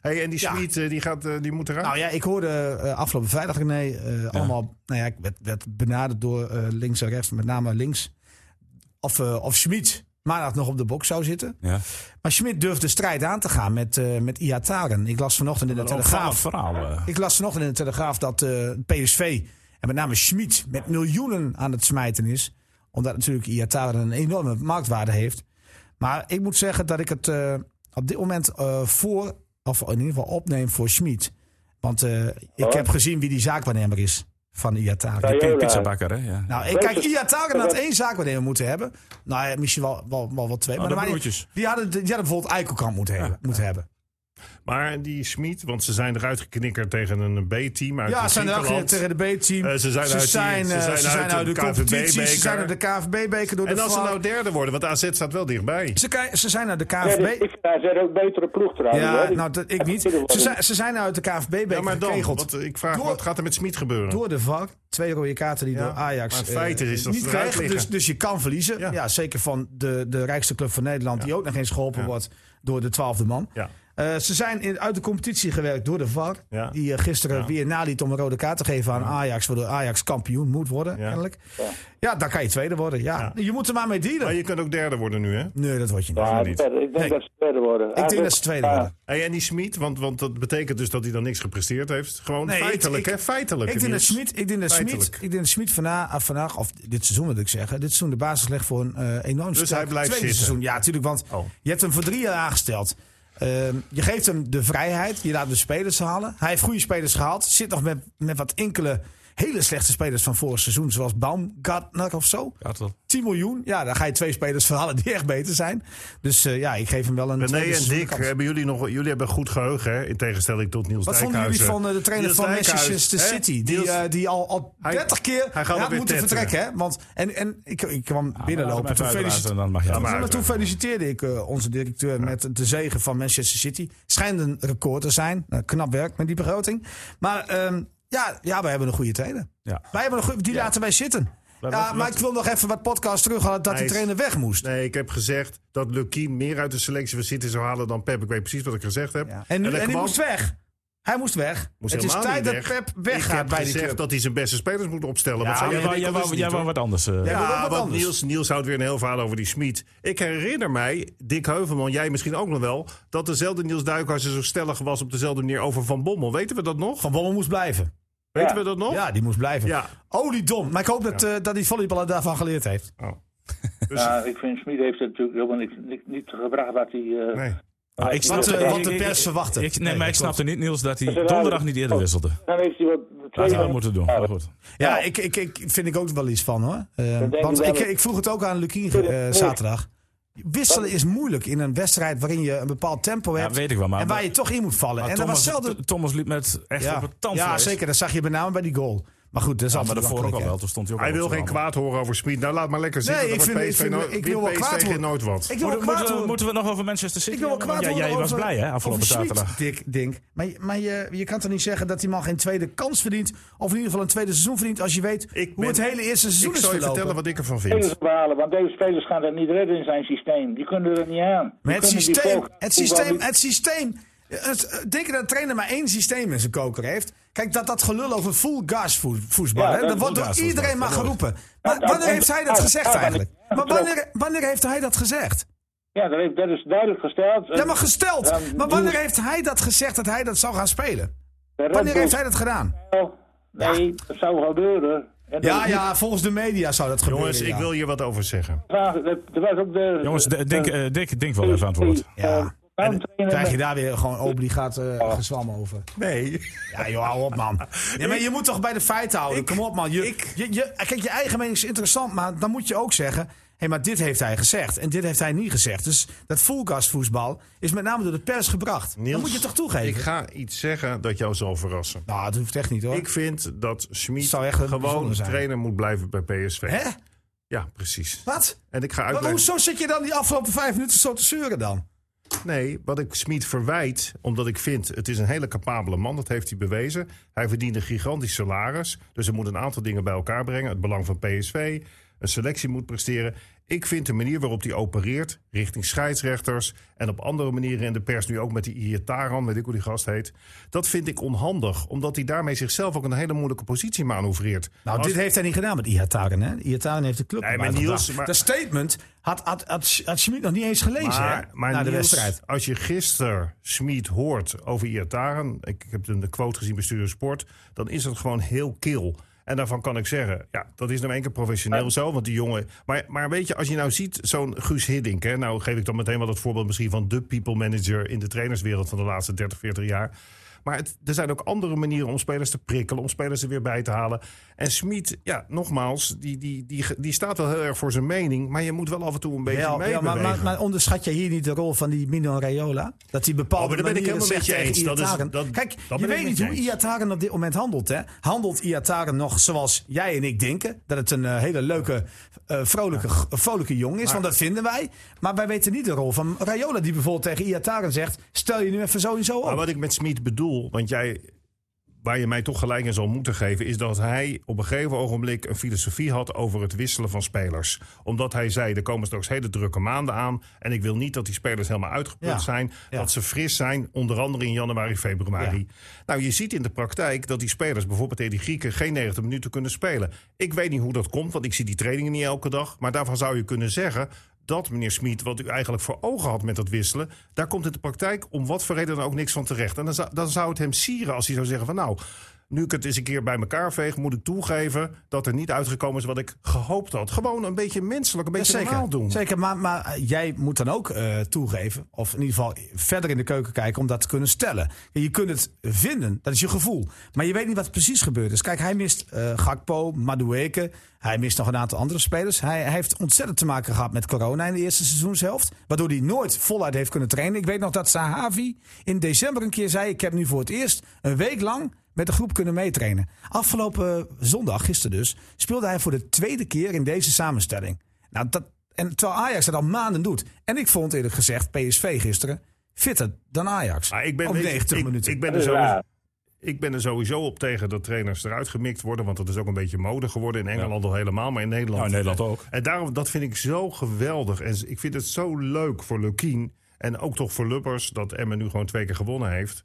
E: Hey, en die
D: Ja.
E: Schmid, eh, die, gaat, eh, die moet eruit.
D: Nou ja, ik hoorde eh, afgelopen vrijdag, René, eh, allemaal... Nou ja, ik werd, werd benaderd door eh, links en rechts, met name links. Of, eh of Schmid maandag nog op de box zou zitten.
B: Ja.
D: Maar Schmid durfde de strijd aan te gaan met, eh met Iataren. Ik las vanochtend in de
B: Een opvallend verhaal.
D: Telegraaf...
B: eh.
D: Ik las vanochtend in de Telegraaf dat eh, PSV en met name Schmid met miljoenen aan het smijten is. Omdat natuurlijk Iataren een enorme marktwaarde heeft. Maar ik moet zeggen dat ik het eh, op dit moment eh, voor, of in ieder geval opneem voor Schmid. Want eh, ik
A: Oh.
D: heb gezien wie die zaakwaarnemer is van Iataren.
A: Ja,
B: Pi-
A: Jola.
B: Pizzabakker, hè? Ja.
D: Nou, ik, kijk, Iataren had één zaakwaarnemer moeten hebben. Nou ja, misschien wel, wel, wel, wel twee.
B: Oh,
D: maar
B: de
D: maar die,
B: broertjes.
D: die, hadden, die hadden bijvoorbeeld Eikelkamp moeten hebben. Moeten hebben.
E: Maar die Smit, want ze zijn eruit geknikkerd tegen een eh, B-team uit
D: Ja,
E: het
D: ze zijn erachter
E: Griekenland.
D: tegen de B-team.
E: Eh, ze zijn uit die-
D: zijn,
E: ze
D: eh,
E: zijn
D: ze
E: uit
D: zijn
E: de
D: uit de
E: KNVB
D: competitie. Ze
E: beker.
D: zijn uit de KVB-beker door de
E: En als ze
D: flag.
E: nou derde worden, want AZ staat wel dichtbij.
D: Ze, kei- ze zijn uit de
A: Ja,
D: KVB.
A: dus ik vind AZ ook betere ploeg trouwens.
D: Ja,
A: hoor.
D: nou, dat, ik niet. Ze zijn, ze zijn uit de KVB-beker
E: Ja, maar dan,
D: gekegeld.
E: wat, ik vraag,
D: Door-
E: wat gaat er met Smit gebeuren?
D: Door de VAR. Twee rode kaarten die
E: Ja,
D: door Ajax
E: maar het
D: eh,
E: feit is dat ze
D: niet
E: eruit
D: krijgen.
E: liggen.
D: Dus, dus je kan verliezen. Ja.
E: Ja.
D: zeker van de, de rijkste club van Nederland. Die ook nog eens geholpen
E: Ja.
D: wordt door de twaalfde man.
E: Ja.
D: Eh, ze zijn in, uit de competitie gewerkt door de VAR.
E: Ja.
D: Die eh, gisteren
E: Ja.
D: weer naliet om een rode kaart te geven aan Ajax. Waardoor Ajax kampioen moet worden,
E: Ja.
D: kennelijk. Ja. dan kan je tweede worden. Ja.
E: Ja.
D: Je moet er maar mee dealen.
E: Maar je kunt ook derde worden nu, hè?
D: Nee, dat word je niet.
A: Ja,
E: niet.
A: verder. ik denk
D: Nee.
A: dat ze tweede worden. dus-
D: Ik denk dat ze tweede worden.
E: Hey, en die Smit, want, want dat betekent dus dat hij dan niks gepresteerd heeft. Gewoon
D: Nee, ik-
E: feitelijk,
D: ik-
E: hè? Feitelijk.
D: Ik denk dat
E: Niels.
D: Schmid, ik denk dat Schmid,
E: Feitelijk.
D: ik denk dat Schmid vana- ah, vandaag, of dit seizoen wil ik zeggen, dit seizoen de basis legt voor een eh, enorm sterk
E: Dus hij blijft
D: tweede
E: zitten.
D: seizoen. Ja, natuurlijk, want
E: Oh.
D: je hebt hem voor drie jaar aangesteld. Ehm, je geeft hem de vrijheid, je laat de spelers halen. Hij heeft goede spelers gehaald, zit nog met, met wat enkele hele slechte spelers van vorig seizoen, zoals Baumgartner of zo.
B: Ja, toch?
D: 10 miljoen, ja, daar ga je twee spelers van halen die echt beter zijn. Dus eh, ja, ik geef hem wel een tweede
E: René en
D: seizoen de
E: Dick, eh,
D: kans.
E: hebben jullie, nog, jullie hebben goed geheugen, hè? In tegenstelling tot Niels
D: Wat vonden
E: Dijkhuizen.
D: jullie van eh, de trainer
E: Niels
D: van
E: Dijkhuis,
D: Manchester
E: hè?
D: City? Die,
E: Niels-
D: eh, die al, al
E: Hij-
D: 30 keer
E: hij gaat
D: had
E: er weer
D: moeten
E: tetteren.
D: vertrekken. Hè? Want, en, en ik, ik kwam
B: Nou, Laat
D: binnenlopen.
B: hem
D: Toen,
B: even
D: felicite-
B: uitpraten en dan mag jij.
E: Ja, maar-
D: maar toen
E: uitpraten.
D: feliciteerde ik eh, onze directeur met de zegen van Manchester City. Schijnt een record te zijn. Eh, knap werk met die begroting. Maar ehm, ja, ja, wij hebben een goede trainer.
B: Ja.
D: Wij hebben een goede, die laten wij zitten.
B: Maar
D: ja,
B: wat-
D: maar
B: wat-
D: ik wil nog even wat podcast terughalen dat
E: Hij
D: die
E: is-
D: trainer weg moest.
E: Nee, ik heb gezegd dat Lukien meer uit de selectie van City zou halen dan Pep. Ik weet precies wat ik gezegd heb.
D: Ja. En, nu, en,
E: Lekkerman
D: hij moest weg. Hij moest weg.
E: moest
D: het is
E: helemaal
D: tijd
E: niet
D: dat
E: weg.
D: Pep
E: ik
D: weggaat
E: heb
D: bij die
E: gezegd
D: club.
E: dat hij zijn beste spelers moet opstellen. want
B: Ja,
E: zij-
B: jij wou-
E: dat
B: jij
E: is
B: wou
E: niet,
B: jij wou
E: hoor.
B: wat anders. eh.
D: Ja. wil ook
E: Ja,
D: wat
E: want
D: anders.
E: Niels, Niels houdt weer een heel verhaal over die Smit. Ik herinner mij, Dick Heuvelman, jij misschien ook nog wel... dat dezelfde Niels Duikhuizen zo stellig was op dezelfde manier over Van Bommel. Weten we dat nog?
D: Van Bommel moest blijven.
E: Weten
A: Ja.
E: we dat nog?
D: Ja, die moest blijven.
E: Ja.
D: Oh, die dom. Maar ik hoop dat, eh, dat die volleyballer daarvan geleerd heeft.
E: Oh.
A: Ja, ik vind Smit heeft het natuurlijk helemaal niet, niet, niet gebracht wat hij... eh,
E: Nee.
A: wat hij-
B: ik snap
D: Wat,
B: het.
D: eh,
B: Ik-
D: wat de
B: ik-
D: pers
B: ik-
D: verwachtte.
B: Ik, nee,
D: Nee,
B: maar ik
D: dat
B: snapte niet, Niels, dat hij
A: is
B: donderdag
A: duidelijk.
B: niet eerder wisselde.
A: Dan heeft hij wat...
B: Dat
A: twee
B: zou
A: minuten-
B: hij moeten doen.
A: Ja,
B: Maar goed.
D: Ja,
A: Ja.
D: ik, ik, ik vind ik ook wel iets van hoor. Eh,
A: denk ik
D: want
A: wel
D: ik,
A: dat-
D: ik vroeg het ook aan Lukien
A: Tuurlijk,
D: eh,
A: tuurlijk.
D: zaterdag. Wisselen is moeilijk in een wedstrijd waarin je een bepaald tempo hebt.
B: weet ik wel, maar-
D: en waar je toch in moet vallen.
B: Maar
D: En dat was
B: Thomas,
D: zelden...
B: Thomas liep met echt op
D: Ja,
B: het tandvlees.
D: ja, zeker. Dat zag je met name bij die goal. Maar goed, dat is
B: Ja, maar
D: altijd
B: daarvoor ook al
D: makkelijk,
B: wel. Toen stond hij ook
E: Hij
B: al op
E: wil
B: zijn
E: geen
B: handen.
E: kwaad horen over Smit. Nou, laat maar lekker zitten.
D: Nee, ik
E: Dan wordt
D: vind- ik
E: PSV
D: vind-
E: nooit-
D: ik
E: wint
D: wil wel
E: PSV
D: kwaad worden.
E: nooit wat.
D: hè. Ik wil wel
B: Moeten-
D: kwaad
B: moeten, we-
D: worden.
B: moeten we het nog over Manchester City?
D: Ik wil wel
B: hebben?
D: kwaad
B: Want jij-
D: worden
B: Jij was
D: over-
B: blij, hè, afgelopen
D: over Schmid,
B: zaterdag.
D: Dick, Dink. Maar, je- maar je, je kan toch niet zeggen dat die man geen tweede kans verdient... of in ieder geval een tweede seizoen verdient... als je weet
E: Ik
D: hoe
E: ben-
D: het hele eerste seizoen
E: Ik
D: is
E: zal je
D: verlopen.
E: vertellen wat ik ervan
A: spelers
E: vind.
A: behalen, want deze spelers gaan dat niet redden in zijn systeem. Die kunnen er niet aan. Die
D: Maar het
A: kunnen die
D: systeem,
A: voorgaan-
D: het systeem,
A: voetbal-
D: het systeem. Het, eh, denk je dat de trainer maar één systeem in zijn koker heeft? Kijk, dat dat gelul over full gas voet- voetbal.
A: Ja,
D: hè,
A: dat
D: dat wordt
A: full
D: door
B: gas
D: iedereen maar
B: voetbal, dat
D: geroepen. Maar
A: dat-
D: wanneer
A: dat-
D: heeft hij
A: dat-
D: dat gezegd
A: dat-
D: eigenlijk?
A: dat-
D: Maar wanneer, wanneer heeft hij dat gezegd?
A: Ja, dat, heeft, dat is duidelijk gesteld.
D: Ja, maar gesteld.
A: dan-
D: Maar wanneer heeft hij dat gezegd dat hij dat zou gaan spelen?
A: De Red
D: Wanneer
A: Bull-
D: heeft hij dat gedaan?
A: Nee, dat zou gebeuren. En dat
D: Ja,
A: is niet
D: ja, volgens de media zou dat gebeuren.
E: Jongens, ik
D: ja.
E: wil hier wat over zeggen.
A: vragen. Dat, dat was ook de...
B: Jongens, de- denk, eh, Dick, denk wel
A: de-
B: even aan het woord.
A: eh,
D: Ja.
A: naamtrainer
D: Krijg je
A: met-
D: daar weer gewoon obligaat
E: Oh.
D: eh gezwam over?
E: Nee.
D: Ja, joh, hou op, man. Nee, maar je moet toch bij de feiten houden. Kom op, man. Je, je, je, kijk, je eigen mening is interessant, maar dan moet je ook zeggen... hé, maar dit heeft hij gezegd en dit heeft hij niet gezegd. Dus dat voelkastvoetbal is met name door de pers gebracht. dat moet je toch toegeven?
E: Ik ga iets zeggen dat jou zal verrassen.
D: Nou, dat hoeft echt niet, hoor.
E: Ik vind dat Smit
D: Zou echt een
E: gewoon
D: bijzonder zijn.
E: trainer moet blijven bij PSV.
D: Hè?
E: Ja, precies.
D: Wat?
E: En ik ga
D: Maar
E: uitleggen.
D: hoezo zit je dan die afgelopen vijf minuten zo te zeuren dan?
E: Nee, wat ik Smit verwijt, omdat ik vind het is een hele capabele man. Dat heeft hij bewezen. Hij verdient een gigantisch salaris. Dus er moet een aantal dingen bij elkaar brengen. Het belang van PSV, een selectie moet presteren. Ik vind de manier waarop hij opereert richting scheidsrechters... en op andere manieren in de pers, nu ook met die Ietaran, weet ik hoe die gast heet... dat vind ik onhandig, omdat hij daarmee zichzelf ook een hele moeilijke positie manoeuvreert.
D: Nou,
E: Als-
D: dit heeft hij niet gedaan met Iataren, hè? Iataren heeft de club
E: Nee, maar
D: erbij
E: Niels,
D: gebracht.
E: maar-
D: Dat statement had, had, had, had Schmid nog niet eens gelezen,
E: Maar,
D: hè?
E: maar
D: na de
E: Niels,
D: wedstrijd.
E: als je gisteren Smit hoort over Iataren... ik heb de quote gezien bij Studio Sport... dan is het gewoon heel kil. En daarvan kan ik zeggen, ja, dat is nou één keer professioneel zo. Want die jongen... Maar, maar weet je, als je nou ziet zo'n Guus Hiddink... Hè, nou geef ik dan meteen wel het voorbeeld misschien van de people manager... in de trainerswereld van de laatste 30, 40 jaar... Maar het, er zijn ook andere manieren om spelers te prikkelen, om spelers er weer bij te halen. En Smit, ja, nogmaals, die, die, die, die staat wel heel erg voor zijn mening. Maar je moet wel af en toe een beetje
D: Ja,
E: mee
D: ja, maar, maar, maar onderschat je hier niet de rol van die Mino Raiola? Dat hij bepaalde
E: Oh, maar daar ben ik
D: manieren
E: helemaal met
D: zegt
E: je
D: tegen
E: eens. Dat is-
D: Iataren.
E: dat-
D: Kijk,
E: dat
D: je
E: ben ik
D: weet
E: met
D: niet
E: je
D: hoe
E: eens.
D: Iataren op dit moment handelt. Hè? Handelt Iataren nog zoals jij en ik denken? Dat het een eh, hele leuke, eh, vrolijke, vrolijke jong is. want dat vinden wij. Maar wij weten niet de rol van Raiola die bijvoorbeeld tegen Iataren zegt... stel je nu even zo en zo op.
E: Maar wat ik met Smit bedoel, want jij, waar je mij toch gelijk in zal moeten geven, is dat hij op een gegeven ogenblik een filosofie had over het wisselen van spelers. Omdat hij zei: er komen straks hele drukke maanden aan. En ik wil niet dat die spelers helemaal uitgeput
D: Ja.
E: zijn.
D: Ja.
E: Dat ze fris zijn, onder andere in januari, februari.
D: Ja.
E: Nou, je ziet in de praktijk dat die spelers, bijvoorbeeld tegen die Grieken, geen 90 minuten kunnen spelen. Ik weet niet hoe dat komt, want ik zie die trainingen niet elke dag. Maar daarvan zou je kunnen zeggen. Dat, meneer Smit, wat u eigenlijk voor ogen had met dat wisselen, daar komt in de praktijk om wat voor reden dan ook niks van terecht. En dan zou, dan zou het hem sieren als hij zou zeggen: van nou, nu ik het eens een keer bij elkaar veeg, moet ik toegeven dat er niet uitgekomen is wat ik gehoopt had. Gewoon een beetje menselijk, een
D: Ja,
E: beetje normaal doen.
D: Zeker, maar, maar eh, jij moet dan ook eh, toegeven, of in ieder geval verder in de keuken kijken om dat te kunnen stellen. Je kunt het vinden, dat is je gevoel. Maar je weet niet wat precies gebeurd is. Kijk, hij mist eh, Gakpo, Madueke, hij mist nog een aantal andere spelers. Hij, hij heeft ontzettend te maken gehad met corona in de eerste seizoenshelft, waardoor hij nooit voluit heeft kunnen trainen. Ik weet nog dat Sahavi in december een keer zei, ik heb nu voor het eerst een week lang met de groep kunnen meetrainen. Afgelopen zondag, gisteren dus, speelde hij voor de tweede keer in deze samenstelling. Nou, dat, en terwijl Ajax dat al maanden doet. En ik vond eerlijk gezegd PSV gisteren fitter dan Ajax.
E: Maar ik ben,
D: Op
E: weet je,
D: 90
E: ik,
D: minuten.
E: Ik ben, dus
A: Dat
E: er
A: is
E: sowieso,
A: waar.
E: ik ben er sowieso op tegen dat trainers eruit gemikt worden. Want dat is ook een beetje mode geworden. In Engeland al helemaal, maar in Nederland.
B: Nou, in Nederland ook.
E: En daarom, dat vind ik zo geweldig. En ik vind het zo leuk voor Lukien. En ook toch voor Lubbers dat Emmen nu gewoon twee keer gewonnen heeft.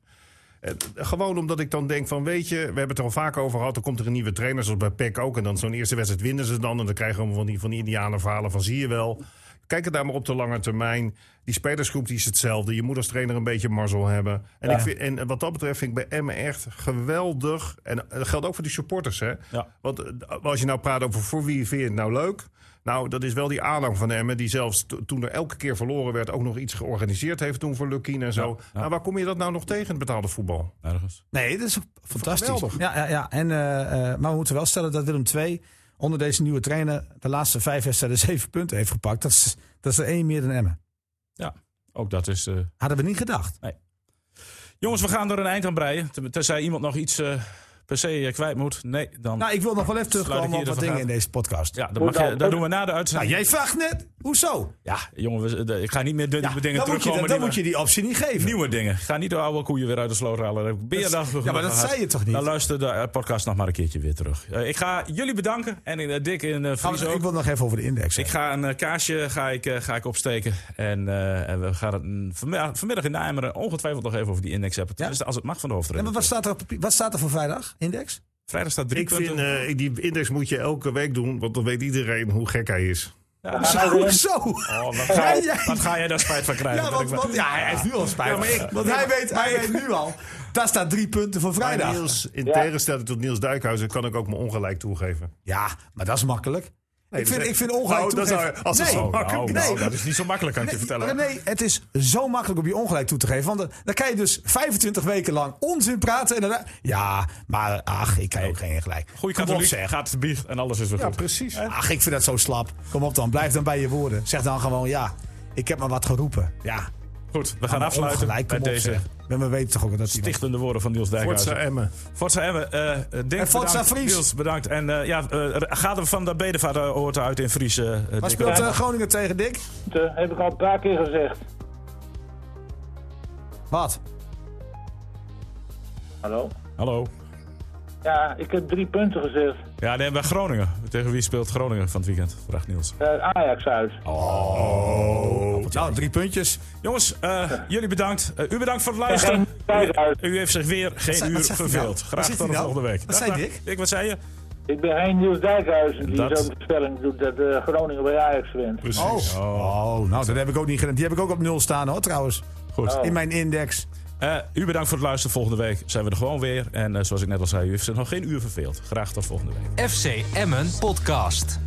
E: Eh, Gewoon omdat ik dan denk van, weet je, we hebben het er al vaak over gehad. Er komt er een nieuwe trainer, zoals bij PEC ook. En dan zo'n eerste wedstrijd winnen ze dan. En dan krijgen we allemaal van die, van die indianen verhalen van, zie je wel. Kijk er daar maar op de lange termijn. Die spelersgroep die is hetzelfde. Je moet als trainer een beetje mazzel hebben. En, ik vind, en wat dat betreft vind ik bij Emmen echt geweldig. En dat geldt ook voor die supporters, hè.
B: Ja.
E: Want eh, als je nou praat over voor wie vind je het nou leuk... Nou, dat is wel die aanhang van Emmen, die zelfs to- toen er elke keer verloren werd... ook nog iets georganiseerd heeft toen voor Lukien en zo. Nou, waar kom je dat nou nog tegen in het betaalde voetbal?
B: Ergens.
D: Nee, dat is fantastisch.
E: Geweldig.
D: Ja, ja, ja. En, eh, eh, maar we moeten wel stellen dat Willem II onder deze nieuwe trainer de laatste vijf wedstrijden zeven punten heeft gepakt. Dat is, dat is er één meer dan Emmen.
B: Ja, ook dat is... eh,
D: Hadden we niet gedacht.
B: Jongens, we gaan er een eind aan breien. Ten- Tenzij iemand nog iets eh, per se eh, kwijt moet. Nee, dan...
D: Nou, ik wil nog wel even
B: Sluit ik
D: terugkomen
B: hier
D: op
B: de
D: wat dingen in
B: vergadering.
D: deze podcast.
B: ja, dat, mag je, dat doen we na de
D: Nou,
B: uitzending.
D: jij vraagt net. Hoezo?
B: Ja, jongen, we- de- ik ga niet meer de,
D: Nou, Ja,
B: nieuwe dingen
D: dan moet, je,
B: terugkomen.
D: dan,
B: die
D: moet
B: we-
D: je die optie niet geven.
B: Nieuwe dingen. Ga niet de oude koeien weer uit de sloot halen. Dat heb ik meer
D: Dat-
B: dan
D: ja,
B: genoeg
D: maar dat
B: gehad.
D: zei je toch niet?
B: Dan luister de eh, podcast nog maar een keertje weer terug. Eh, ik ga jullie bedanken. En eh, Dick en eh
D: Oh,
B: Fries ook.
D: ik wil nog even over de index.
B: Ik ga een eh, kaarsje ga ik, eh, ga ik opsteken. En, eh, en we gaan het mm, vanmiddag, vanmiddag in Nijmegen ongetwijfeld nog even over die index hebben. Tenminste, als het mag van de
D: Ja, maar
B: hoofdredacteur.
D: wat staat, er op, papier- wat staat er voor vrijdag, index?
B: Vrijdag staat drie
E: Ik
B: punten.
E: vind, eh, die index moet je elke week doen, want dan weet iedereen hoe gek hij is.
B: Ja.
D: Zo, zo.
B: Oh, wat,
D: Ja,
B: ga,
D: jij-
B: wat ga jij daar spijt van krijgen?
D: Ja,
B: Dat
D: want,
B: ik wel-
D: want- ja, hij heeft nu al spijt.
E: Ja, maar ik-
D: want hij weet, hij weet nu al. Daar staat drie punten voor
E: Maar
D: vrijdag.
E: Niels, in tegenstelling tot Niels Duikhuizen kan ik ook mijn ongelijk toegeven.
D: Ja, maar dat is makkelijk. ik,
E: dat
D: vind,
E: is-
D: ik vind ongelijk
E: Nou, dat is
D: toegeven...
E: nou- als het
D: nee,
E: zo
B: Oh, nou,
E: makkelijk-
B: nou,
D: nee.
B: dat is niet zo makkelijk, kan ik je
D: nee,
B: vertellen.
D: nee, het is zo makkelijk om je ongelijk toe te geven. Want dan, dan kan je dus 25 weken lang onzin praten. En daarna- ja, maar ach, ik kan ook geen gelijk.
B: Goeie
D: Kom op,
B: katholiek,
D: zeg.
B: gaat te biecht en alles is weer
E: Ja,
B: goed.
E: precies.
D: Ach, ik vind dat zo slap. Kom op dan, blijf dan bij je woorden. Zeg dan gewoon, ja, ik heb maar wat geroepen. Ja,
B: Goed, we gaan afsluiten
D: Ongelijk,
B: bij
D: kom op,
B: deze
D: zeg. Maar we weten toch ook dat iemand-
B: stichtende woorden van Niels
E: Forza
B: Dijkhuizen.
E: Emmen.
B: Forza Emmen. eh, eh, Dick,
D: En Forza
B: bedankt.
D: Fries.
B: Niels, bedankt. En eh, ja, eh, gaat er van de Bedevaart hoort uit in Fries. eh, Dick.
D: Waar speelt eh, Groningen tegen Dick?
A: Dat eh, heb ik al een paar keer gezegd.
D: Wat?
A: Hallo?
B: Hallo.
A: Ja, ik heb drie punten gezegd.
B: Ja, nee, bij Groningen. Tegen wie speelt Groningen van het weekend? Vraagt Niels.
A: Eh, Ajax uit.
D: Nou, drie puntjes.
B: Jongens, eh, jullie bedankt. Eh, u bedankt voor het luisteren.
A: geen tijd uit.
B: U, u heeft zich weer geen
D: zei-
B: uur
D: wat zegt hij
B: verveeld.
D: nou? Wat
B: Graag
D: zegt
B: tot de
D: hij nou?
B: volgende week.
D: Wat
B: Dag,
D: zei
B: dag.
D: Dick?
B: Dick, wat zei je?
A: Ik ben geen Niels Dijkhuizen die
B: Dat-
A: zo'n voorspelling doet dat eh, Groningen bij Ajax wint.
D: Oh. oh, nou, dat heb ik ook niet gedaan. Die heb ik ook op nul staan hoor, trouwens.
B: Goed.
D: In mijn index.
B: Eh, u bedankt voor het luisteren. Volgende week zijn we er gewoon weer. En eh, zoals ik net al zei, u heeft zich nog geen uur verveeld. Graag tot volgende week.
C: FC Emmen Podcast.